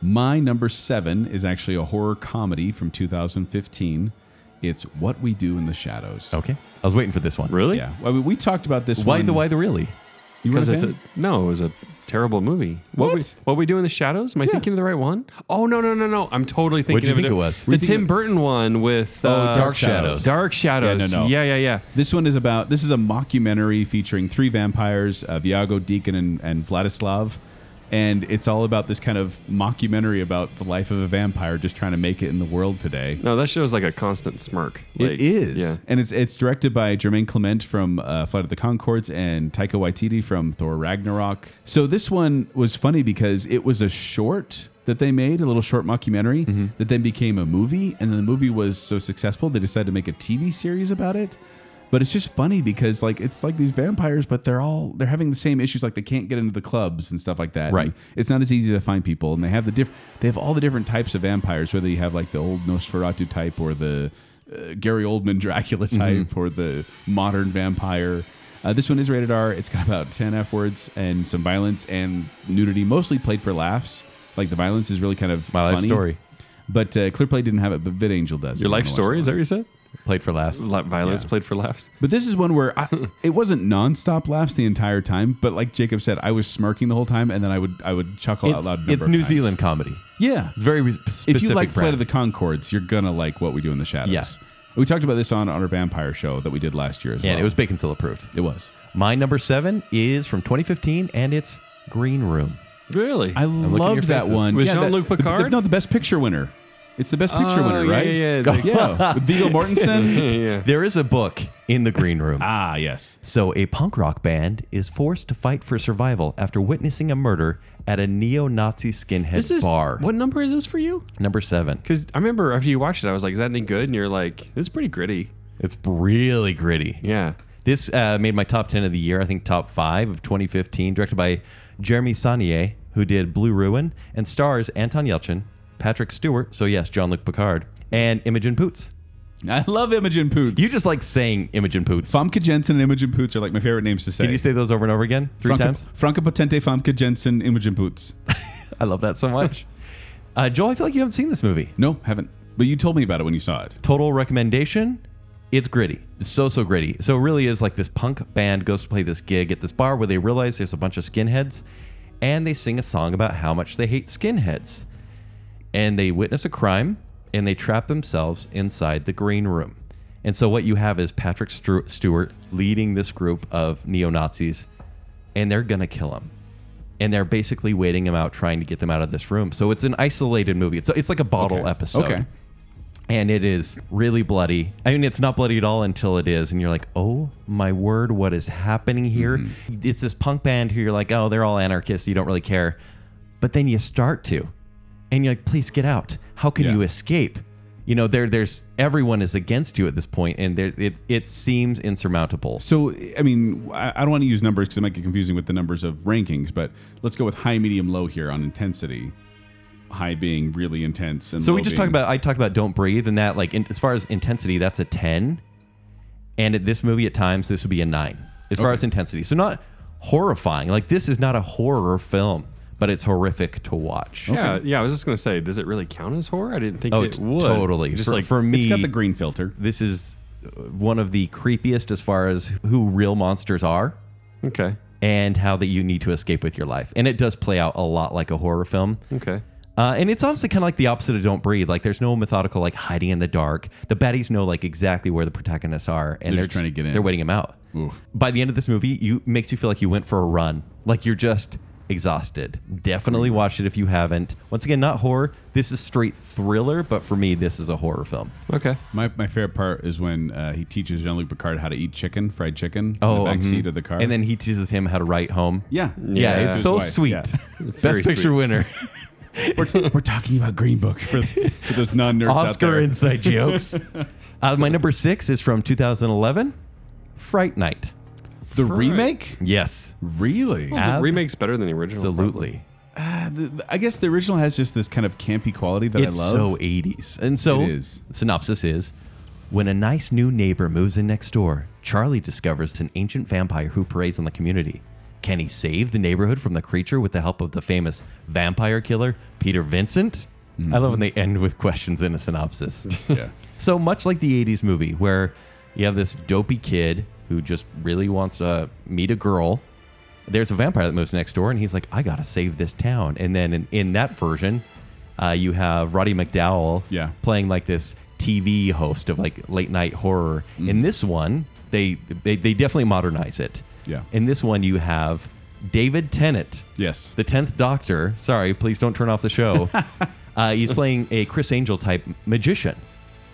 B: My number seven is actually a horror comedy from 2015. It's What We Do in the Shadows.
C: Okay. I was waiting for this one.
D: Really?
B: Yeah. Well, I mean, we talked about this
C: Oh, Why
B: one.
C: the why the really?
B: You weren't
D: Because
B: a
D: it's
B: fan?
D: a, no, it was a terrible movie. What, we
B: What?
D: what we do in the shadows? Am I thinking of the right one? Oh no no no no! I'm totally
C: What'd
D: thinking.
C: you
D: of a
C: think it Oh,
D: different-
C: was?
D: The
C: We're
D: Tim Burton one with uh,
B: Dark Shadows.
D: Dark Shadows.
B: Yeah, no, no.
D: yeah yeah yeah.
B: This one is about this is a mockumentary featuring three vampires, uh, Viago, Deacon, and, and Vladislav, and it's all about this kind of mockumentary about the life of a vampire just trying to make it in the world today.
D: No, that show's like a constant smirk. Like,
B: it is,
D: Yeah.
B: and it's it's directed by Jermaine Clement from uh, Flight of the Concords and Taika Waititi from Thor Ragnarok. So this one was funny because it was a short that they made, a little short mockumentary that then became a movie, and then the movie was so successful they decided to make a TV series about it. But it's just funny because like it's like these vampires, but they're all they're having the same issues. Like they can't get into the clubs and stuff like that.
C: Right.
B: And it's not as easy to find people, and they have the diff- They have all the different types of vampires. Whether you have like the old Nosferatu type or the uh, Gary Oldman *laughs* Dracula type
C: Mm-hmm.
B: or the modern vampire. Uh, this one is rated R. It's got about ten f words and some violence and nudity, mostly played for laughs. Like the violence is really kind of
C: My life
B: funny.
C: story.
B: But uh, Clearplay didn't have it, but VidAngel does.
D: Your
B: If you
D: life
B: wanna watch
D: story
B: that
D: is that
B: one.
D: what you said?
C: Played for laughs.
D: La- Violence played for laughs.
B: But this is one where
C: *laughs*
B: I, it wasn't nonstop laughs the entire time. But like Jacob said, I was smirking the whole time, and then I would I would chuckle
C: It's,
B: out loud. a number
C: it's
B: of
C: New
B: times.
C: Zealand comedy.
B: Yeah,
C: It's very re- specific.
B: if you like Flight
C: brand.
B: of the Concords, you're gonna like what we do in the shadows.
C: Yeah.
B: we talked about this on, on our vampire show that we did last year as
C: Yeah,
B: well.
C: it was Bacon Still approved.
B: it was.
C: My number seven is from 2015, and it's Green Room.
D: Really?
B: I
C: at your
B: loved that
C: faces.
B: one.
D: With
B: Yeah, that-
D: Jean-Luc
B: the- the-
D: Picard?
B: no, the best picture winner. It's the best picture
D: Oh,
B: winner,
D: yeah,
B: right?
D: yeah, yeah.
B: *laughs* yeah. With Viggo
D: *laughs*
B: Mortensen.
D: yeah.
C: There is a book in the
B: *laughs*
C: Green Room.
B: ah, yes.
C: So, a punk rock band is forced to fight for survival after witnessing a murder at a neo Nazi skinhead
D: This is
C: bar.
D: what number is this for you?
C: Number seven.
D: Because I remember after you watched it, I was like, "Is that any good?" And you're like, "It's pretty gritty."
C: It's really gritty.
D: Yeah.
C: This uh, made my top 10 of the year, I think top five of 2015, directed by Jeremy Saunier, who did Blue Ruin, and stars Anton Yelchin, Patrick Stewart, so yes, John Luke Picard, and Imogen Poots.
B: I love Imogen Poots.
C: You just like saying Imogen Poots.
B: Famke Jensen and Imogen Poots are like my favorite names to say.
C: Can you say those over and over again? Three
B: Franca,
C: times?
B: Franca Potente, Famke Jensen, Imogen Poots.
C: I love that so much. *laughs* uh, Joel, I feel like you haven't seen this movie.
B: No, haven't. But you told me about it when you saw it.
C: Total recommendation. It's gritty. So, so gritty. So, it really is like this punk band goes to play this gig at this bar where they realize there's a bunch of skinheads and they sing a song about how much they hate skinheads. And they witness a crime and they trap themselves inside the green room. And so, what you have is Patrick Stru- Stewart leading this group of neo Nazis and they're going to kill him. And they're basically waiting him out, trying to get them out of this room. So, it's an isolated movie. It's, it's like a bottle episode
B: Okay.
C: and it is really bloody. I mean, it's not bloody at all until it is, and you're like, "Oh my word, what is happening here?" It's this punk band who you're like, "Oh, they're all anarchists. You don't really care," but then you start to, and you're like, "Please get out! How can
B: Yeah.
C: you escape?" You know, there, there's everyone is against you at this point, and there, it, it seems insurmountable.
B: So, I mean, I I don't want to use numbers because it might get confusing with the numbers of rankings, but let's go with high, medium, low here on intensity. High being really intense. And
C: So we
B: low
C: just
B: being-
C: talked about I talked about don't breathe and that like in, as far as intensity that's a 10 and at this movie at times this would be a 9 as far as intensity. So not horrifying. Like this is not a horror film, but it's horrific to watch.
D: Yeah, yeah. I was just gonna say, does it really count as horror? I didn't think
C: Oh,
D: it
C: t-
D: would.
C: totally.
D: Just
C: for,
D: like
C: for me
B: It's got the green filter.
C: this is uh, one of the creepiest as far as who real monsters are
D: okay,
C: and how that you need to escape with your life. And it does play out a lot like a horror film.
D: okay.
C: Uh, and it's honestly kind of like the opposite of Don't Breathe. Like, there's no methodical like hiding in the dark. The baddies know like exactly where the protagonists are, and
B: They're
C: they're,
B: just trying to get in.
C: They're waiting him out.
B: Oof.
C: By the end of this movie, you makes you feel like you went for a run. Like you're just Exhausted. Definitely watch it if you haven't. Once again, not horror. This is straight thriller, but for me, this is a horror film.
D: Okay.
B: My, my favorite part is when uh, he teaches Jean Luc Picard how to eat chicken, fried chicken, in
C: Oh,
B: the back
C: mhm.
B: seat of the car.
C: And then he teaches him how to write home.
B: yeah,
C: Yeah,
D: Yeah.
C: it's
B: His
C: so
B: wife,
C: sweet.
B: yeah.
C: Best
D: very
C: picture
D: sweet.
C: winner.
B: We're talking about Green Book for, for those non nerds out
C: Oscar
B: there. *laughs*
C: inside jokes. uh, my number six is from 2011, Fright Night.
B: the remake.
C: Yes,
B: Really?
C: Oh.
D: The remake's better than the original. probably.
C: absolutely.
B: Ah, the- the- I guess the original has just this kind of campy quality that
C: it's
B: I love.
C: so 80s. And so,
B: It is.
C: synopsis is when a nice new neighbor moves in next door, Charlie discovers an ancient vampire who preys on the community. Can he save the neighborhood from the creature with the help of the famous vampire killer, Peter Vincent? I
B: Mm-hmm.
C: love when they end with questions in
B: *laughs*
C: a synopsis.
B: yeah.
C: So much like the 80s movie, where you have this dopey kid who just really wants to meet a girl. There's a vampire that moves next door, and he's like, I got to save this town. And then in, in that version, uh, you have Roddy McDowell
B: Yeah.
C: playing like this TV host of like late night horror.
B: Mm-hmm.
C: In this one, they, they, they definitely modernize it.
B: Yeah.
C: In this one, you have David Tennant
B: Yes.
C: the tenth Doctor. Sorry, please don't turn off the
D: *laughs*
C: show. uh, he's playing a Chris Angel type magician,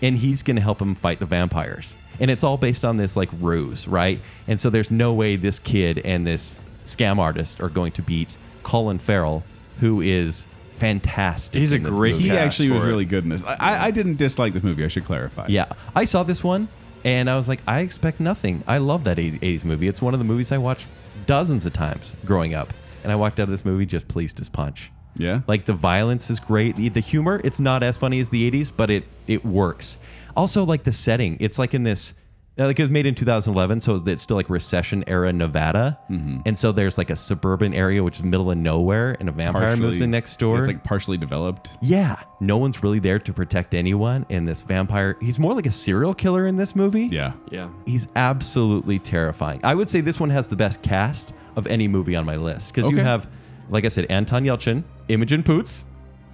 C: and he's going to help him fight the vampires. And it's all based on this like ruse, right? And so there's no way this kid and this scam artist are going to beat Colin Farrell, who is fantastic.
D: He's a
C: in this
D: great
C: movie.
B: he
D: cast
B: actually was
D: for it.
B: really good in this. I- I, I didn't dislike this movie. I should clarify.
C: Yeah, I saw this one, and I was like, I expect nothing. I love that 80s 80s movie. It's one of the movies I watched dozens of times growing up, and I walked out of this movie just pleased as punch.
B: Yeah.
C: Like the violence is great. The, the humor, it's not as funny as the 80s, but it it works. Also, like the setting, it's like in this. uh, Like it was made in 2011, so it's still like recession era Nevada,
B: Mm-hmm.
C: and so there's like a suburban area which is middle of nowhere, and a vampire moves in next door.
B: It's like partially developed.
C: Yeah, no one's really there to protect anyone. And this vampire, he's more like a serial killer in this movie.
B: Yeah.
D: Yeah.
C: He's absolutely terrifying. I would say this one has the best cast of any movie on my list because you
B: Okay.
C: have, like I said, Anton Yelchin, Imogen Poots.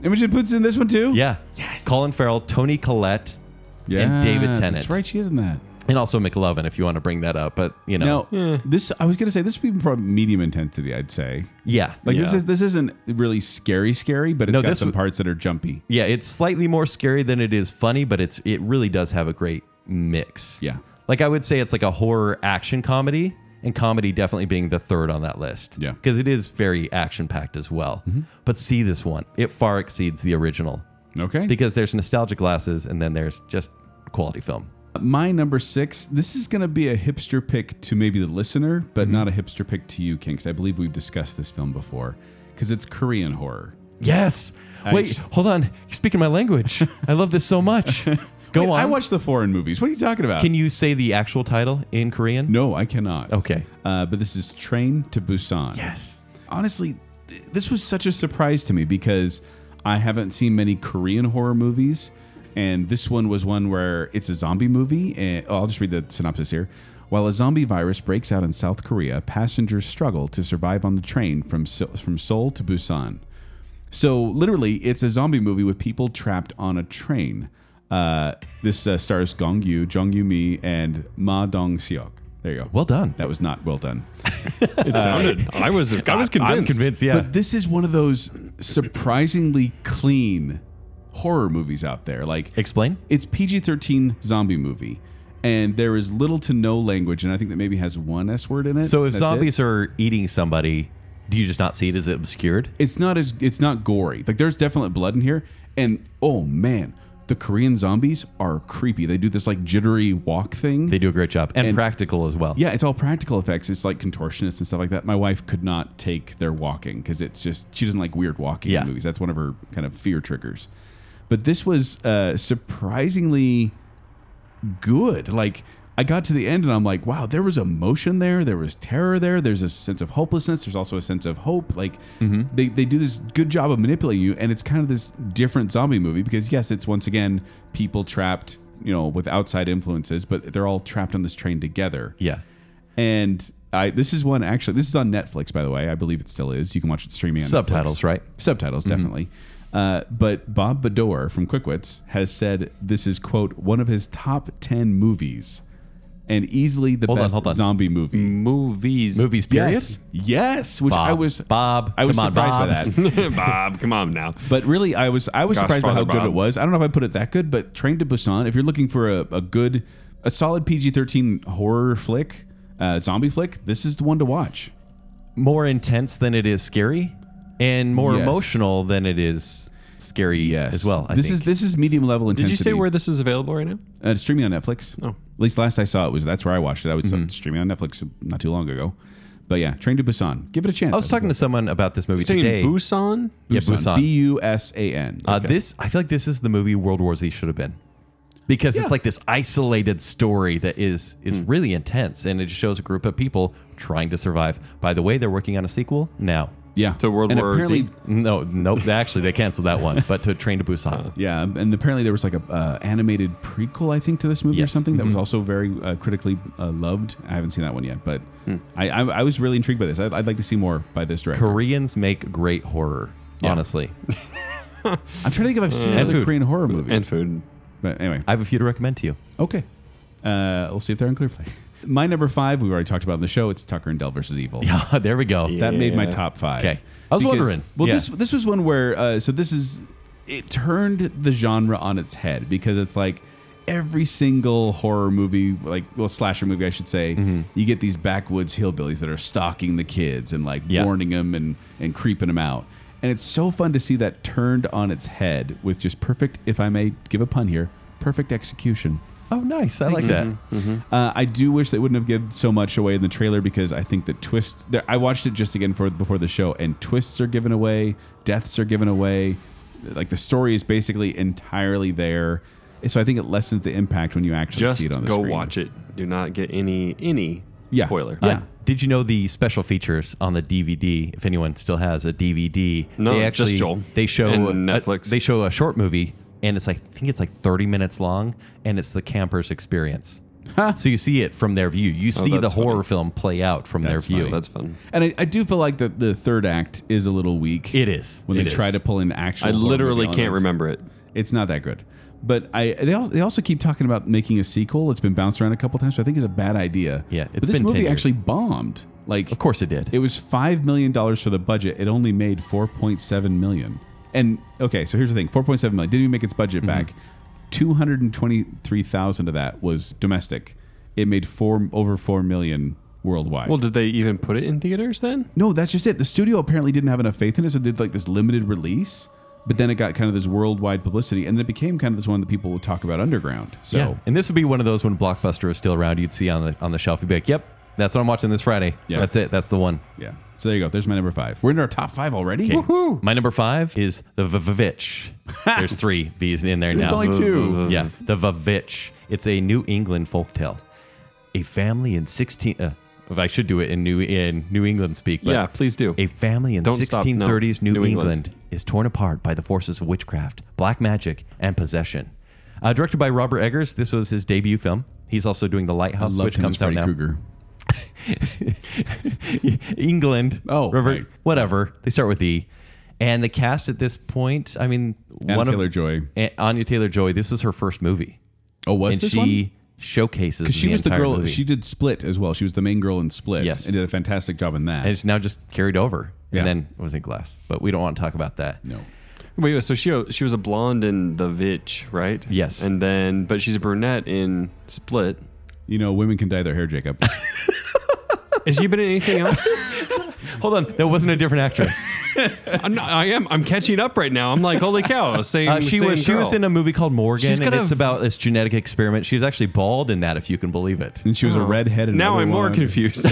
B: Imogen Poots in this one too.
C: Yeah. Yes. Colin Farrell, Tony Collette, and David Tennant.
B: That's right. She is in that.
C: And also McLovin, if you want to bring that up. But, you know,
B: Now, this I was gonna say this would be probably medium intensity. I'd say
C: yeah.
B: like this
D: Yeah.
B: is this isn't really scary, scary, but it's
C: No,
B: got
C: this
B: some
C: w-
B: parts that are jumpy.
C: Yeah, it's slightly more scary than it is funny, but it's it really does have a great mix.
B: Yeah.
C: Like I would say it's like a horror action comedy and comedy definitely being the third on that list.
B: Yeah. Mm-hmm.
C: Because it is very action packed as well. But see this one. It far exceeds the original
B: Okay.
C: because there's nostalgia glasses and then there's just quality film.
B: My number six. This is gonna be a hipster pick to maybe the listener, but
C: Mm-hmm.
B: not a hipster pick to you, Kinks. I believe we've discussed this film before because it's Korean horror.
C: Yes. Wait,
B: Nice.
C: hold on. You're speaking my language. I love this so
B: *laughs*
C: much. Go
B: Wait,
C: on.
B: I watch the foreign movies. What are you talking about?
C: Can you say the actual title in Korean?
B: no, I cannot.
C: Okay.
B: Uh, but this is Train to Busan.
C: Yes.
B: honestly, th- this was such a surprise to me because I haven't seen many Korean horror movies. And this one was one where it's a zombie movie. And oh, I'll just read the synopsis here. While a zombie virus breaks out in South Korea, passengers struggle to survive on the train from, Seoul- from Seoul to Busan. So literally, it's a zombie movie with people trapped on a train. Uh, this uh, stars Gong Yoo, Jong Yoo Mi, and Ma Dong Seok. There you go.
C: Well done.
B: that was not well done.
D: It sounded. I was. I was convinced.
C: I'm convinced, yeah.
B: But this is one of those surprisingly clean horror movies out there. Like
C: Explain.
B: it's PG thirteen zombie movie, and there is little to no language, and I think that maybe has one S word in it.
C: So if
B: That's it.
C: zombies are eating somebody, do you just not see it? Is it obscured?
B: it's not as it's not gory. Like there's definitely blood in here, and oh man, the Korean zombies are creepy. They do this like jittery walk thing.
C: They do a great job and, practical as well.
B: yeah, it's all practical effects. It's like contortionists and stuff like that. My wife could not take their walking because it's just she doesn't like weird walking
C: Yeah.
B: in movies. That's one of her kind of fear triggers. But this was uh, surprisingly good. Like I got to the end and I'm like, wow, there was emotion there. There was terror there. There's a sense of hopelessness. There's also a sense of hope. Like
C: Mm-hmm.
B: they, they do this good job of manipulating you. And it's kind of this different zombie movie because yes, it's once again people trapped, you know, with outside influences, but they're all trapped on this train together.
C: Yeah.
B: And I this is one actually this is on Netflix by the way. I believe it still is. You can watch it streaming on
C: Subtitles,
B: Netflix.
C: right? Mm-hmm.
B: Subtitles definitely. Uh, but Bob Bedore from Quickwits has said this is quote one of his top 10 movies. and easily the
C: Hold on,
B: best
C: hold on.
B: zombie movie.
D: Movies.
C: Movies, period.
B: Yes, yes, which I
C: Bob,
B: was
C: Bob,
B: I was
C: come on,
B: surprised by
C: Bob.
B: that.
D: *laughs* Bob, come on now.
B: But really, I was I was
D: Gosh,
B: surprised by how
D: Father
B: good
D: Bob.
B: it was. I don't know if I put it that good, but Train to Busan. If you're looking for a, a good, a solid PG-13 horror flick, uh, zombie flick, this is the one to watch.
C: *laughs* More intense than it is scary, and more
B: Yes.
C: emotional than it is scary as well. I
B: this
C: think.
B: is this is medium level
D: Did
B: intensity.
D: you say where this is available right now?
B: uh, it's streaming on Netflix?
D: Oh.
B: At least last I saw it was that's where I watched it. I was
C: Mm-hmm.
B: uh, streaming on Netflix not too long ago. But yeah, Train to Busan. Give it a chance.
C: I was talking to someone about this movie
D: You're saying
C: today.
D: Busan?
C: yeah, Busan.
B: B U S A N.
C: Uh, This I feel like this is the movie World War Z should have been, because it's like this isolated story that is is really intense, and it just shows a group of people trying to survive. By the way, they're working on a sequel now.
B: Yeah.
D: To World
B: and
D: War
B: apparently,
D: Z.
C: No, nope. they- Actually, they canceled that one. But to Train to Busan,
B: Yeah, and apparently there was like a uh, animated prequel, I think, to this movie or
C: Yes. Mm-hmm.
B: something that was also very uh, critically uh, loved. I haven't seen that one yet, but
C: Mm.
B: I, I I was really intrigued by this. I'd, I'd like to see more by this director.
C: Koreans make great horror. Honestly,
B: I'm trying to think if I've seen
C: And
B: another
C: food.
B: Korean horror movie.
D: And food.
B: but anyway,
C: I have a few to recommend to you.
B: okay, uh, we'll see if they're on Clearplay. *laughs* My number five, we've already talked about in the show. It's Tucker and Dell versus Evil.
C: Yeah, *laughs* there we go.
B: That made my
D: Yeah.
B: top five.
C: 'Kay. I was wondering.
B: Well,
C: Yeah.
B: this this was one where uh, so this is it turned the genre on its head because it's like every single horror movie, like well slasher movie, I should say,
C: Mm-hmm.
B: you get these backwoods hillbillies that are stalking the kids and like
C: Yeah.
B: warning them and and creeping them out. And it's so fun to see that turned on its head with just perfect, if I may give a pun here, perfect execution.
C: Oh, nice. I like that.
B: Uh, I do wish they wouldn't have given so much away in the trailer because I think the twist. There, I watched it just again for before the show, and twists are given away, deaths are given away. Like the story is basically entirely there, so I think it lessens the impact when you actually
D: Just
B: see it on the
D: go
B: screen.
D: watch it. Do not get any any
B: Yeah.
D: spoiler.
B: Yeah.
C: Uh, did you know the special features on the DVD? If anyone still has a DVD,
D: No,
C: they
D: just
C: actually
D: Joel.
C: they show
D: And
C: a-
D: Netflix.
C: they show a short movie, and it's like I think it's like thirty minutes long, and it's the camper's experience. so you see it from their view. You see the
D: Oh, that's funny.
C: horror film play out from
B: That's
C: their view.
D: That's fun.
B: And I, I do feel like that the third act is a little weak.
C: It is.
B: when
C: It
B: they
C: is.
B: try to pull in actual.
D: I
B: horror movie
D: literally can't
B: elements.
D: remember it.
B: It's not that good. But I they also, they also keep talking about making a sequel. It's been bounced around a couple times, so I think it's a bad idea.
C: Yeah,
B: but
C: it's
B: this
C: been 10
B: movie
C: years.
B: actually bombed. Like
C: Of course it did.
B: It was five million dollars for the budget. It only made four point seven million. And okay, so here's the thing: four point seven million didn't even make its budget
C: Mm-hmm.
B: back. hundred and twenty-three thousand of that was domestic. It made four over four million worldwide.
D: Well, did they even put it in theaters then?
B: No, that's just it. The studio apparently didn't have enough faith in it, so they did like this limited release. But then it got kind of this worldwide publicity, and it became kind of this one that people would talk about underground. So
C: yeah. And this would be one of those when Blockbuster was still around, you'd see on the on the shelf, you'd be like, "Yep, that's what I'm watching this Friday.
B: Yeah.
C: That's it. That's the one."
B: yeah. so there you go. There's my number five. We're in our top five already.
C: Okay. My number five is
B: *laughs*
C: the Vavitch. There's three V's in there
B: There's
C: now.
B: only two.
C: yeah, the Vavitch. It's a New England folktale. A family in 16 uh, I should do it in New in New England speak, but
D: yeah, please do.
C: a family in
D: Don't stop,
C: 1630s
D: no.
C: New,
D: New
C: England.
D: England.
C: is torn apart by the forces of witchcraft, black magic, and possession. Uh, directed by Robert Eggers, this was his debut film. He's also doing The
B: I
C: Lighthouse,
B: love
C: which comes out
B: Freddy
C: now.
B: Krueger.
C: *laughs* England.
B: Oh,
C: Robert-
B: right.
C: whatever. They start with E. And the cast at this point, I mean,
B: Anna
C: one of
B: Taylor-Joy.
C: A- Anya Taylor Joy. This is her first movie,
B: Oh, was
C: and
B: this
C: she
B: one?
C: showcases
B: Because she
C: the
B: was the
C: entire
B: girl.
C: movie.
B: She did Split as well. She was the main girl in Split.
C: Yes.
B: and did a fantastic job in that.
C: and it's now just carried over.
B: Yeah.
C: And then it was in Glass, but we don't want to talk about that.
B: no,
D: Wait, wait, so she she was a blonde in The Vitch, right?
C: Yes.
D: And then, but she's a brunette in Split.
B: you know, women can dye their hair, Jacob.
D: Has she been in anything else?
C: Hold on, that wasn't a different actress.
D: *laughs*
C: Uh,
D: I'm not, I am. I'm catching up right now. I'm like, holy cow! Same.
C: Uh, she
D: same
C: was she was
D: girl.
C: in a movie called Morgan,
D: She's
C: and
D: gotta
C: it's
D: have-
C: about this genetic experiment. She was actually bald in that, if you can believe it.
B: and she
C: *laughs*
B: was a redhead. And
D: Now
B: another
D: I'm more
B: one.
D: confused.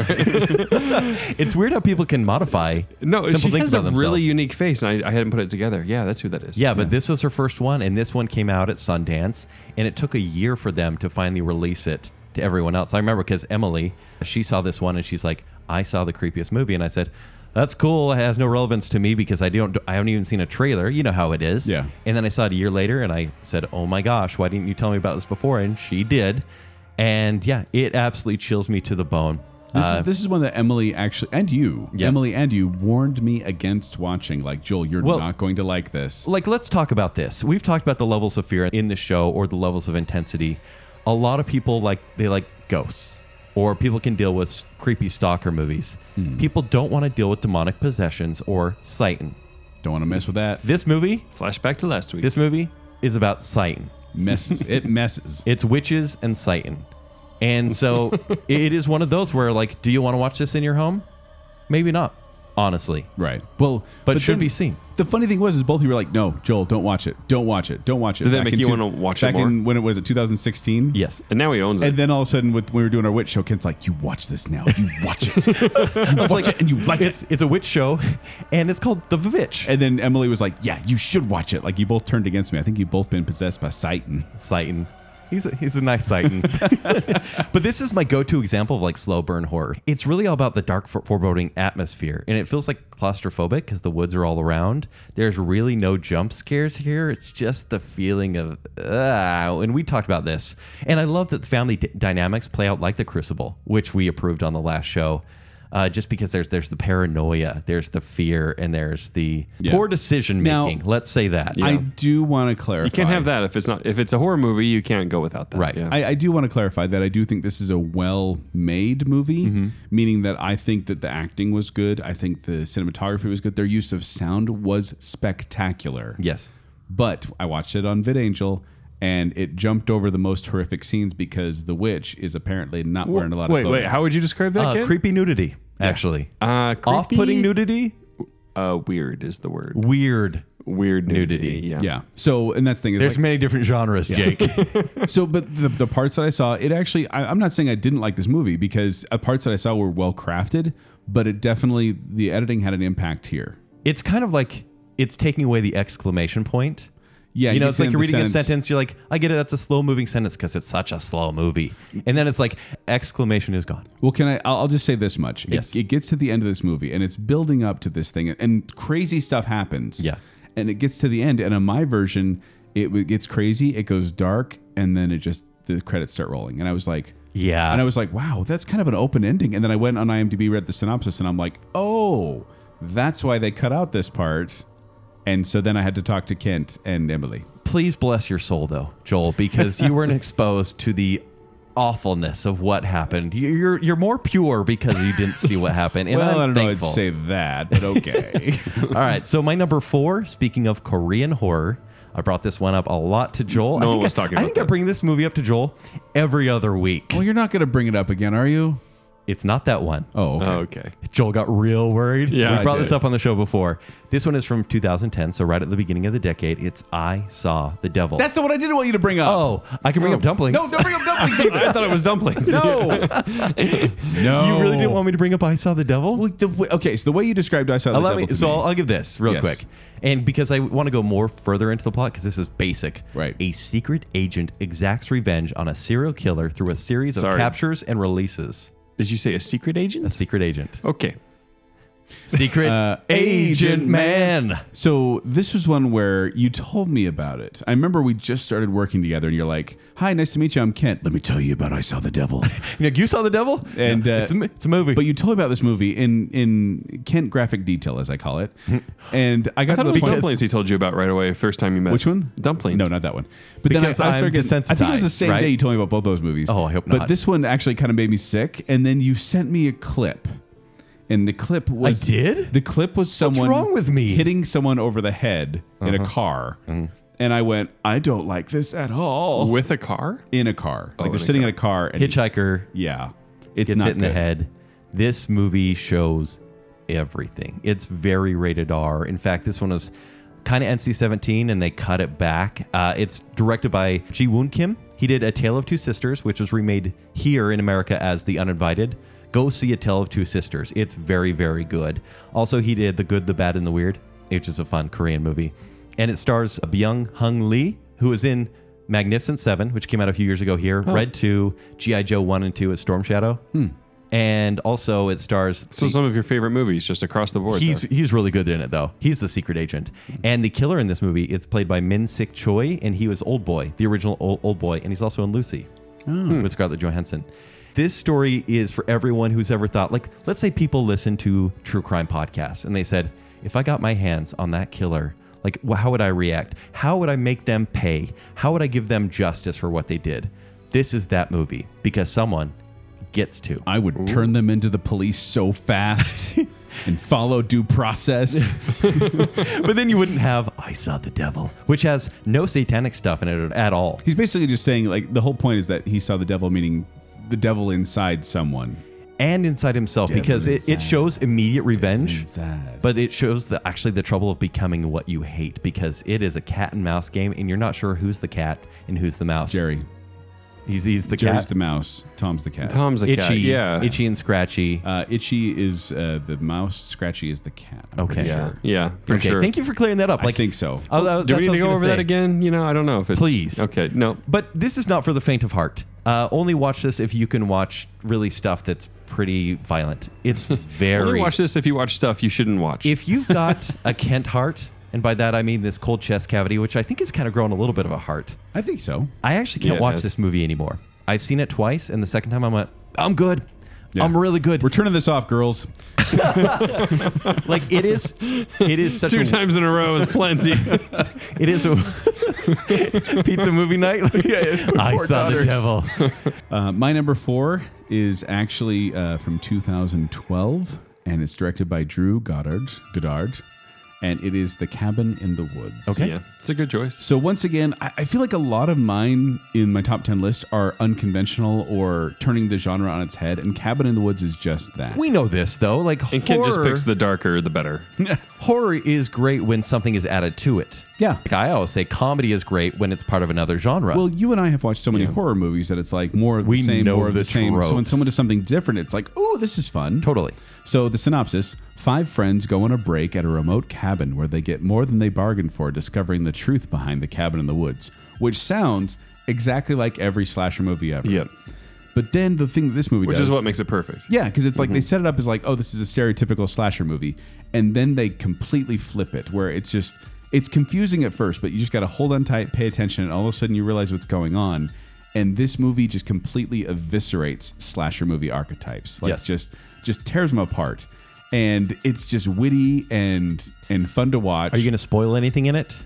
D: *laughs*
C: It's weird how people can modify
D: no,
C: simple
D: she
C: things
D: has a
C: about themselves.
D: really unique face, and I, I hadn't put it together. Yeah, that's who that is.
C: Yeah, but this was her first one, and this one came out at Sundance, and it took a year for them to finally release it to everyone else. I remember because Emily, she saw this one, and she's like, "I saw the creepiest movie," and I said, "That's cool. It has no relevance to me because I don't, I haven't even seen a trailer. You know how it is."
B: Yeah.
C: And then I saw it a year later, and I said, "Oh my gosh, why didn't you tell me about this before?" And she did, and yeah, it absolutely chills me to the bone.
B: This, is, this is one that Emily actually and you,
C: Uh, Yes.
B: Emily and you, warned me against watching. Like Joel, you're
C: Well-
B: not going to like this.
C: like let's talk about this we've talked about the levels of fear in the show or the levels of intensity a lot of people like they like ghosts or people can deal with s- creepy stalker movies. People don't want to deal with demonic possessions or Satan.
B: Don't want to mess with that.
C: This movie,
D: Flashback to last week.
C: this movie is about Satan.
B: Messes.
C: *laughs*
B: It messes.
C: It's witches and Satan. And so it- it is one of those where like do you want to watch this in your home? Maybe not. Honestly.
B: Right. Well,
C: But should
B: then-
C: be seen.
B: The funny thing was, is both of you were like, "No, Joel, don't watch it. Don't watch it. Don't watch it."
D: Did that
B: Back
D: make
B: in
D: you
B: two-
D: wanna watch it
B: Back in
D: more?
B: when it was it 2016.
C: Yes.
D: and now he owns it.
B: And then all of a sudden, with when we were doing our witch show, Kent's like, "You watch this now. You watch
D: *laughs*
B: it. you watch it, and you like it."
C: It's it's a witch show *laughs* and it's called The Witch.
B: And then Emily was like, "Yeah, you should watch it." Like you both turned against me. I think you've both been possessed by Satan.
C: Satan. He's a, he's a
B: *laughs*
C: nice Satan. *laughs* but this is my go-to example of like slow burn horror. It's really all about the dark fore- foreboding atmosphere and it feels like claustrophobic cuz the woods are all around. There's really no jump scares here. It's just the feeling of uh, and we talked about this. And I love that the family d- dynamics play out like the Crucible, which we approved on the last show. Uh, just because there's there's the paranoia, there's the fear, and there's the
B: Yeah.
C: poor decision
B: Now-
C: making. Let's say that.
B: I do want to clarify.
D: you can't have that if it's not if it's a horror movie. You can't go without that.
C: Right.
D: Yeah.
B: I, I do want to clarify that I do think this is a well-made movie,
D: Mm-hmm.
B: meaning that I think that the acting was good. I think the cinematography was good. Their use of sound was spectacular.
C: Yes.
B: But I watched it on VidAngel, and it jumped over the most horrific scenes because the witch is apparently not wearing a lot
D: wait,
B: of clothing.
D: wait. How would you describe that?
C: Uh,
D: kid?
C: creepy nudity, actually.
D: Uh, creepy-
C: Off-putting nudity,
D: Uh, weird is the word.
C: weird.
D: Weird nudity.
C: Nudity.
D: Yeah.
B: yeah. So, and that's the thing is,
C: There's
B: like-
C: many different genres,
D: *laughs*
C: Jake.
B: so, but the, the parts that I saw, it actually, I, I'm not saying I didn't like this movie because uh, parts that I saw were well crafted, but it definitely the editing had an impact here.
C: it's kind of like it's taking away the exclamation point.
B: Yeah,
C: you know,
B: get
C: it's like
B: the
C: you're reading a sentence. You're like, I get it. That's a slow moving sentence because it's such a slow movie. And then it's like exclamation is gone.
B: Well, can I? I'll I'll just say this much. It-
C: Yes.
B: It, gets to the end of this movie, and it's building up to this thing, and crazy stuff happens.
C: Yeah.
B: And it gets to the end, and on my version, it w- gets crazy. It goes dark, and then it just the credits start rolling, and I was like,
C: Yeah.
B: and I was like, wow, that's kind of an open ending. And then I went on IMDb, read the synopsis, and I'm like, oh, that's why they cut out this part. And so then I had to talk to Kent and Emily.
C: Please bless your soul though, Joel, because you
D: *laughs*
C: weren't exposed to the awfulness of what happened. You- You're you're more pure because you didn't see what happened. And
B: well,
C: I'm
B: I do not
C: thankful.
B: know. I'd say that, but
C: *laughs*
B: okay.
C: All right, so my number four. Speaking of Korean horror, I brought this one up a lot to Joel.
D: No
C: I
D: one
C: think
D: was
C: I-
D: talking
C: I
D: about
C: think I
D: that.
C: bring this movie up to Joel every other week.
B: well, you're not going to bring it up again, are you?
C: It's not that one.
B: Oh, okay.
D: Oh, okay.
C: Joel got real worried.
D: Yeah,
C: we
D: I
C: brought
D: did.
C: this up on the show before. This one is from 2010, so right at the beginning of the decade. It's I Saw the Devil.
B: That's the one I didn't want you to bring up.
C: oh, I can bring up dumplings.
B: No, don't bring up dumplings either.
D: *laughs* I thought it was dumplings.
B: No, no.
C: *laughs* you really didn't want me to bring up I Saw the Devil?
B: Well, the way- okay, so the way you described I saw the
C: Allow
B: devil
C: me,
B: to
C: so
B: me- Uh,
C: I'll, I'll give this real
B: Yes.
C: quick. And because I want to go more further into the plot, because this is basic.
B: Right.
C: A secret agent exacts revenge on a serial killer through a series of
D: Sorry.
C: captures and releases.
D: *laughs* Did you say a secret
C: A
D: agent?
B: *laughs*
C: secret agent.
D: Okay.
C: Secret
B: Uh,
C: agent man.
B: So this was one where you told me about it. I remember we just started working together, and you're like, "Hi, nice to meet you. I'm Kent. Let me tell you about I saw the devil."
C: You, know, you saw the devil?
B: And, uh,
C: it's, a, m- it's a movie.
B: but you told me about this movie in in Kent graphic detail, as I call it. And I
D: I
B: got
D: thought
B: to
D: it
B: the
D: was
B: point.
D: dumplings he told you about right away, first time you met.
B: Which one?
D: Dumplings.
B: No, not that one. But
C: Because
B: then I, I
C: I'm
B: started getting I think it was the
C: desensitized,
B: same
C: right?
B: day you told me about both those movies.
C: Oh, I hope
B: But
C: not.
B: this one actually kind of made me sick. And then you sent me a clip, and the clip was
C: did?
B: The clip was someone
C: wrong with me?
B: hitting someone over the head in a car, and I went, I don't like this at all.
D: With a car?
B: in a car, like they're
D: in a
B: sitting in a car. And
C: Hitchhiker
B: Yeah, it's
C: gets
B: not
C: hit in the
B: good.
C: head. This movie shows everything. It's very rated R. In fact, this one was kind of NC-17, and they cut it back. Uh, it's directed by Ji Woon Kim. He did A Tale of Two Sisters, which was remade here in America as The Uninvited. Go see A Tale of Two Sisters. It's very, very good. Also, he did The Good, the Bad, and the Weird, which is a fun Korean movie, and it stars Byung Hung Lee, who is in Magnificent Seven, which came out a few years ago here, Red Two, GI Joe One and Two at Storm Shadow, and also it stars
D: So some of your favorite movies just across the board.
C: He's
D: then.
C: he's really good in it though. He's the secret agent, and the killer in this movie it's played by Min Sik Choi, and he was Old Boy, the original Old, old Boy, and he's also in Lucy with Scarlett Johansson. This story is for everyone who's ever thought like let's say people listen to true crime podcasts and they said if I got my hands on that killer. Like, wh- how would I react? How would I make them pay? How would I give them justice for what they did? This is that movie because someone gets to.
B: I would turn them into the police so fast and follow due process.
C: but then you wouldn't have I Saw the Devil, which has no satanic stuff in it at all.
B: He's basically just saying like the whole point is that he saw the devil, meaning the devil inside someone.
C: and inside himself
B: Devil
C: because it, it
B: inside.
C: shows immediate revenge
B: inside.
C: but it shows the actually the trouble of becoming what you hate because it is a cat and mouse game and you're not sure who's the cat and who's the mouse
B: Jerry,
C: he's, he's the
B: Jerry's
C: cat
B: the mouse. Tom's the cat.
D: Tom's a
C: itchy
D: cat. Yeah.
C: itchy and scratchy
B: Uh, Itchy is uh, the mouse. Scratchy is the cat. I'm
C: Okay.
B: pretty
D: Yeah.
B: sure.
D: Yeah. Pretty
C: okay
D: sure.
C: thank you for clearing that up
B: I
C: like
B: think so.
C: I- I- that's
D: Do
C: what
D: we
C: I was
D: need to go
C: gonna
D: over that
C: say.
D: again? You know, I don't know if it's
C: Please.
D: Okay. No.
C: but this is not for the faint of heart uh, only watch this if you can watch really stuff that's pretty violent
D: *laughs*
C: it's
D: Only
C: very
D: watch this if you watch stuff you shouldn't watch.
C: if you've got a kent heart and by that i mean this cold chest cavity which i think has kind of grown a little bit of a heart
B: I think so.
C: I actually can't
D: Yeah, it
C: watch
D: is.
C: this movie anymore. I've seen it twice, and the second time I'm like, I'm good.
B: Yeah.
C: I'm really good.
B: We're turning this off, girls.
C: like it is, it is such
D: Two
C: a
D: times in a row
C: *laughs*
D: is plenty.
C: it is a *laughs* pizza movie
D: *laughs*
C: night. *laughs* I saw
B: daughters.
C: the devil.
B: Uh, my number four is actually uh, from 2012, and it's directed by Drew Goddard. Goddard, and it is The Cabin in the Woods.
D: *laughs* Yeah. It's a good choice.
B: So once again, I, I feel like a lot of mine in my top ten list are unconventional or turning the genre on its head, and Cabin in the Woods is just that. *laughs*
C: We know this though. Like
D: And Kent just
C: horror,
D: picks the darker,
C: *laughs*
D: the better.
C: horror is great when something is added to it.
B: Yeah.
C: Like I always say, comedy is great when it's part of another genre.
B: Well, you and I have watched so many horror movies that it's like more of the
C: We
B: same,
C: know
B: more of the,
C: the
B: same. So when
C: tropes.
B: someone does something different, it's like, ooh, this is fun.
C: totally.
B: So the synopsis: Five friends go on a break at a remote cabin where they get more than they bargained for, discovering the truth behind the cabin in the woods, which sounds exactly like every slasher movie ever.
D: Yep.
B: But then the thing that this movie
D: Which
B: does,
D: is what makes it perfect.
B: yeah, because it's
C: Mm-hmm.
B: like they set it up as like, oh, this is a stereotypical slasher movie, and then they completely flip it, where it's just it's confusing at first, but you just got to hold on tight, pay attention, and all of a sudden you realize what's going on. And this movie just completely eviscerates slasher movie archetypes, like
C: Yes.
B: just just tears them apart. And it's just witty and and fun to watch.
C: Are you going to spoil anything in it?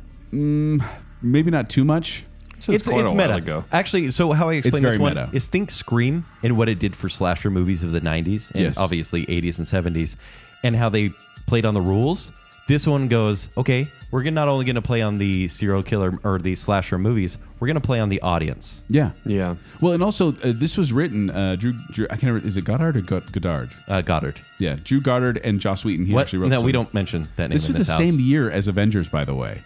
B: Maybe not too much.
D: Since quite a while
C: meta.
D: ago.
C: Actually, so how I explain this
B: very
C: one
B: meta.
C: is think Scream and what it did for slasher movies of the 90s and
B: Yes.
C: obviously 80s and 70s and how they played on the rules. This one goes, okay, we're gonna- not only going to play on the serial killer or the slasher movies, we're going to play on the audience.
B: Yeah,
D: Yeah.
B: Well, and also uh, this was written. Uh, Drew, Drew, I can't remember. Is it Goddard or God- Goddard?
C: Uh, Goddard.
B: Yeah, Drew Goddard and Joss Wheaton. He
C: What?
B: actually wrote.
C: no, we
B: some-
C: don't mention that name
B: This
C: in
B: was
C: this
B: the
C: house.
B: same year as Avengers, by the way.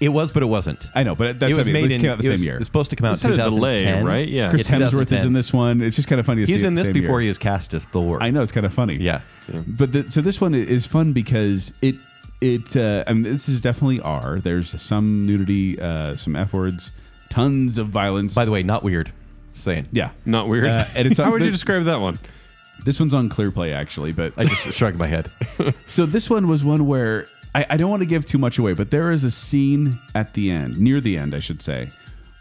C: It was, but it wasn't.
B: I know, but that's
C: it was
B: I mean,
C: made
B: this
C: in,
B: came out the
C: it
B: same
C: was-
B: year.
C: It's supposed to come out
D: This
C: in
D: had a delay,
C: 2010,
D: right? Yeah.
B: Chris
C: Yeah,
B: Hemsworth is
C: 2010.
B: in this one. It's just kind of funny. To
C: He's
B: see it
C: in
B: the
C: this
B: same
C: before
B: year.
C: he was cast as Thor.
B: I know it's kind of funny.
C: Yeah.
B: But the, so this one is fun because it it uh, I mean this is definitely R. There's some nudity, uh, some f words, tons of violence.
C: By the way, not weird. Saying.
B: yeah,
D: Not weird.
B: Uh, and
C: *laughs*
B: *laughs* it's
D: How would you
B: this-
D: describe that one?
B: this one's on ClearPlay actually, but
C: I just *laughs* shrugged my head.
B: So this one was one where I, I don't want to give too much away, but there is a scene at the end, near the end, I should say,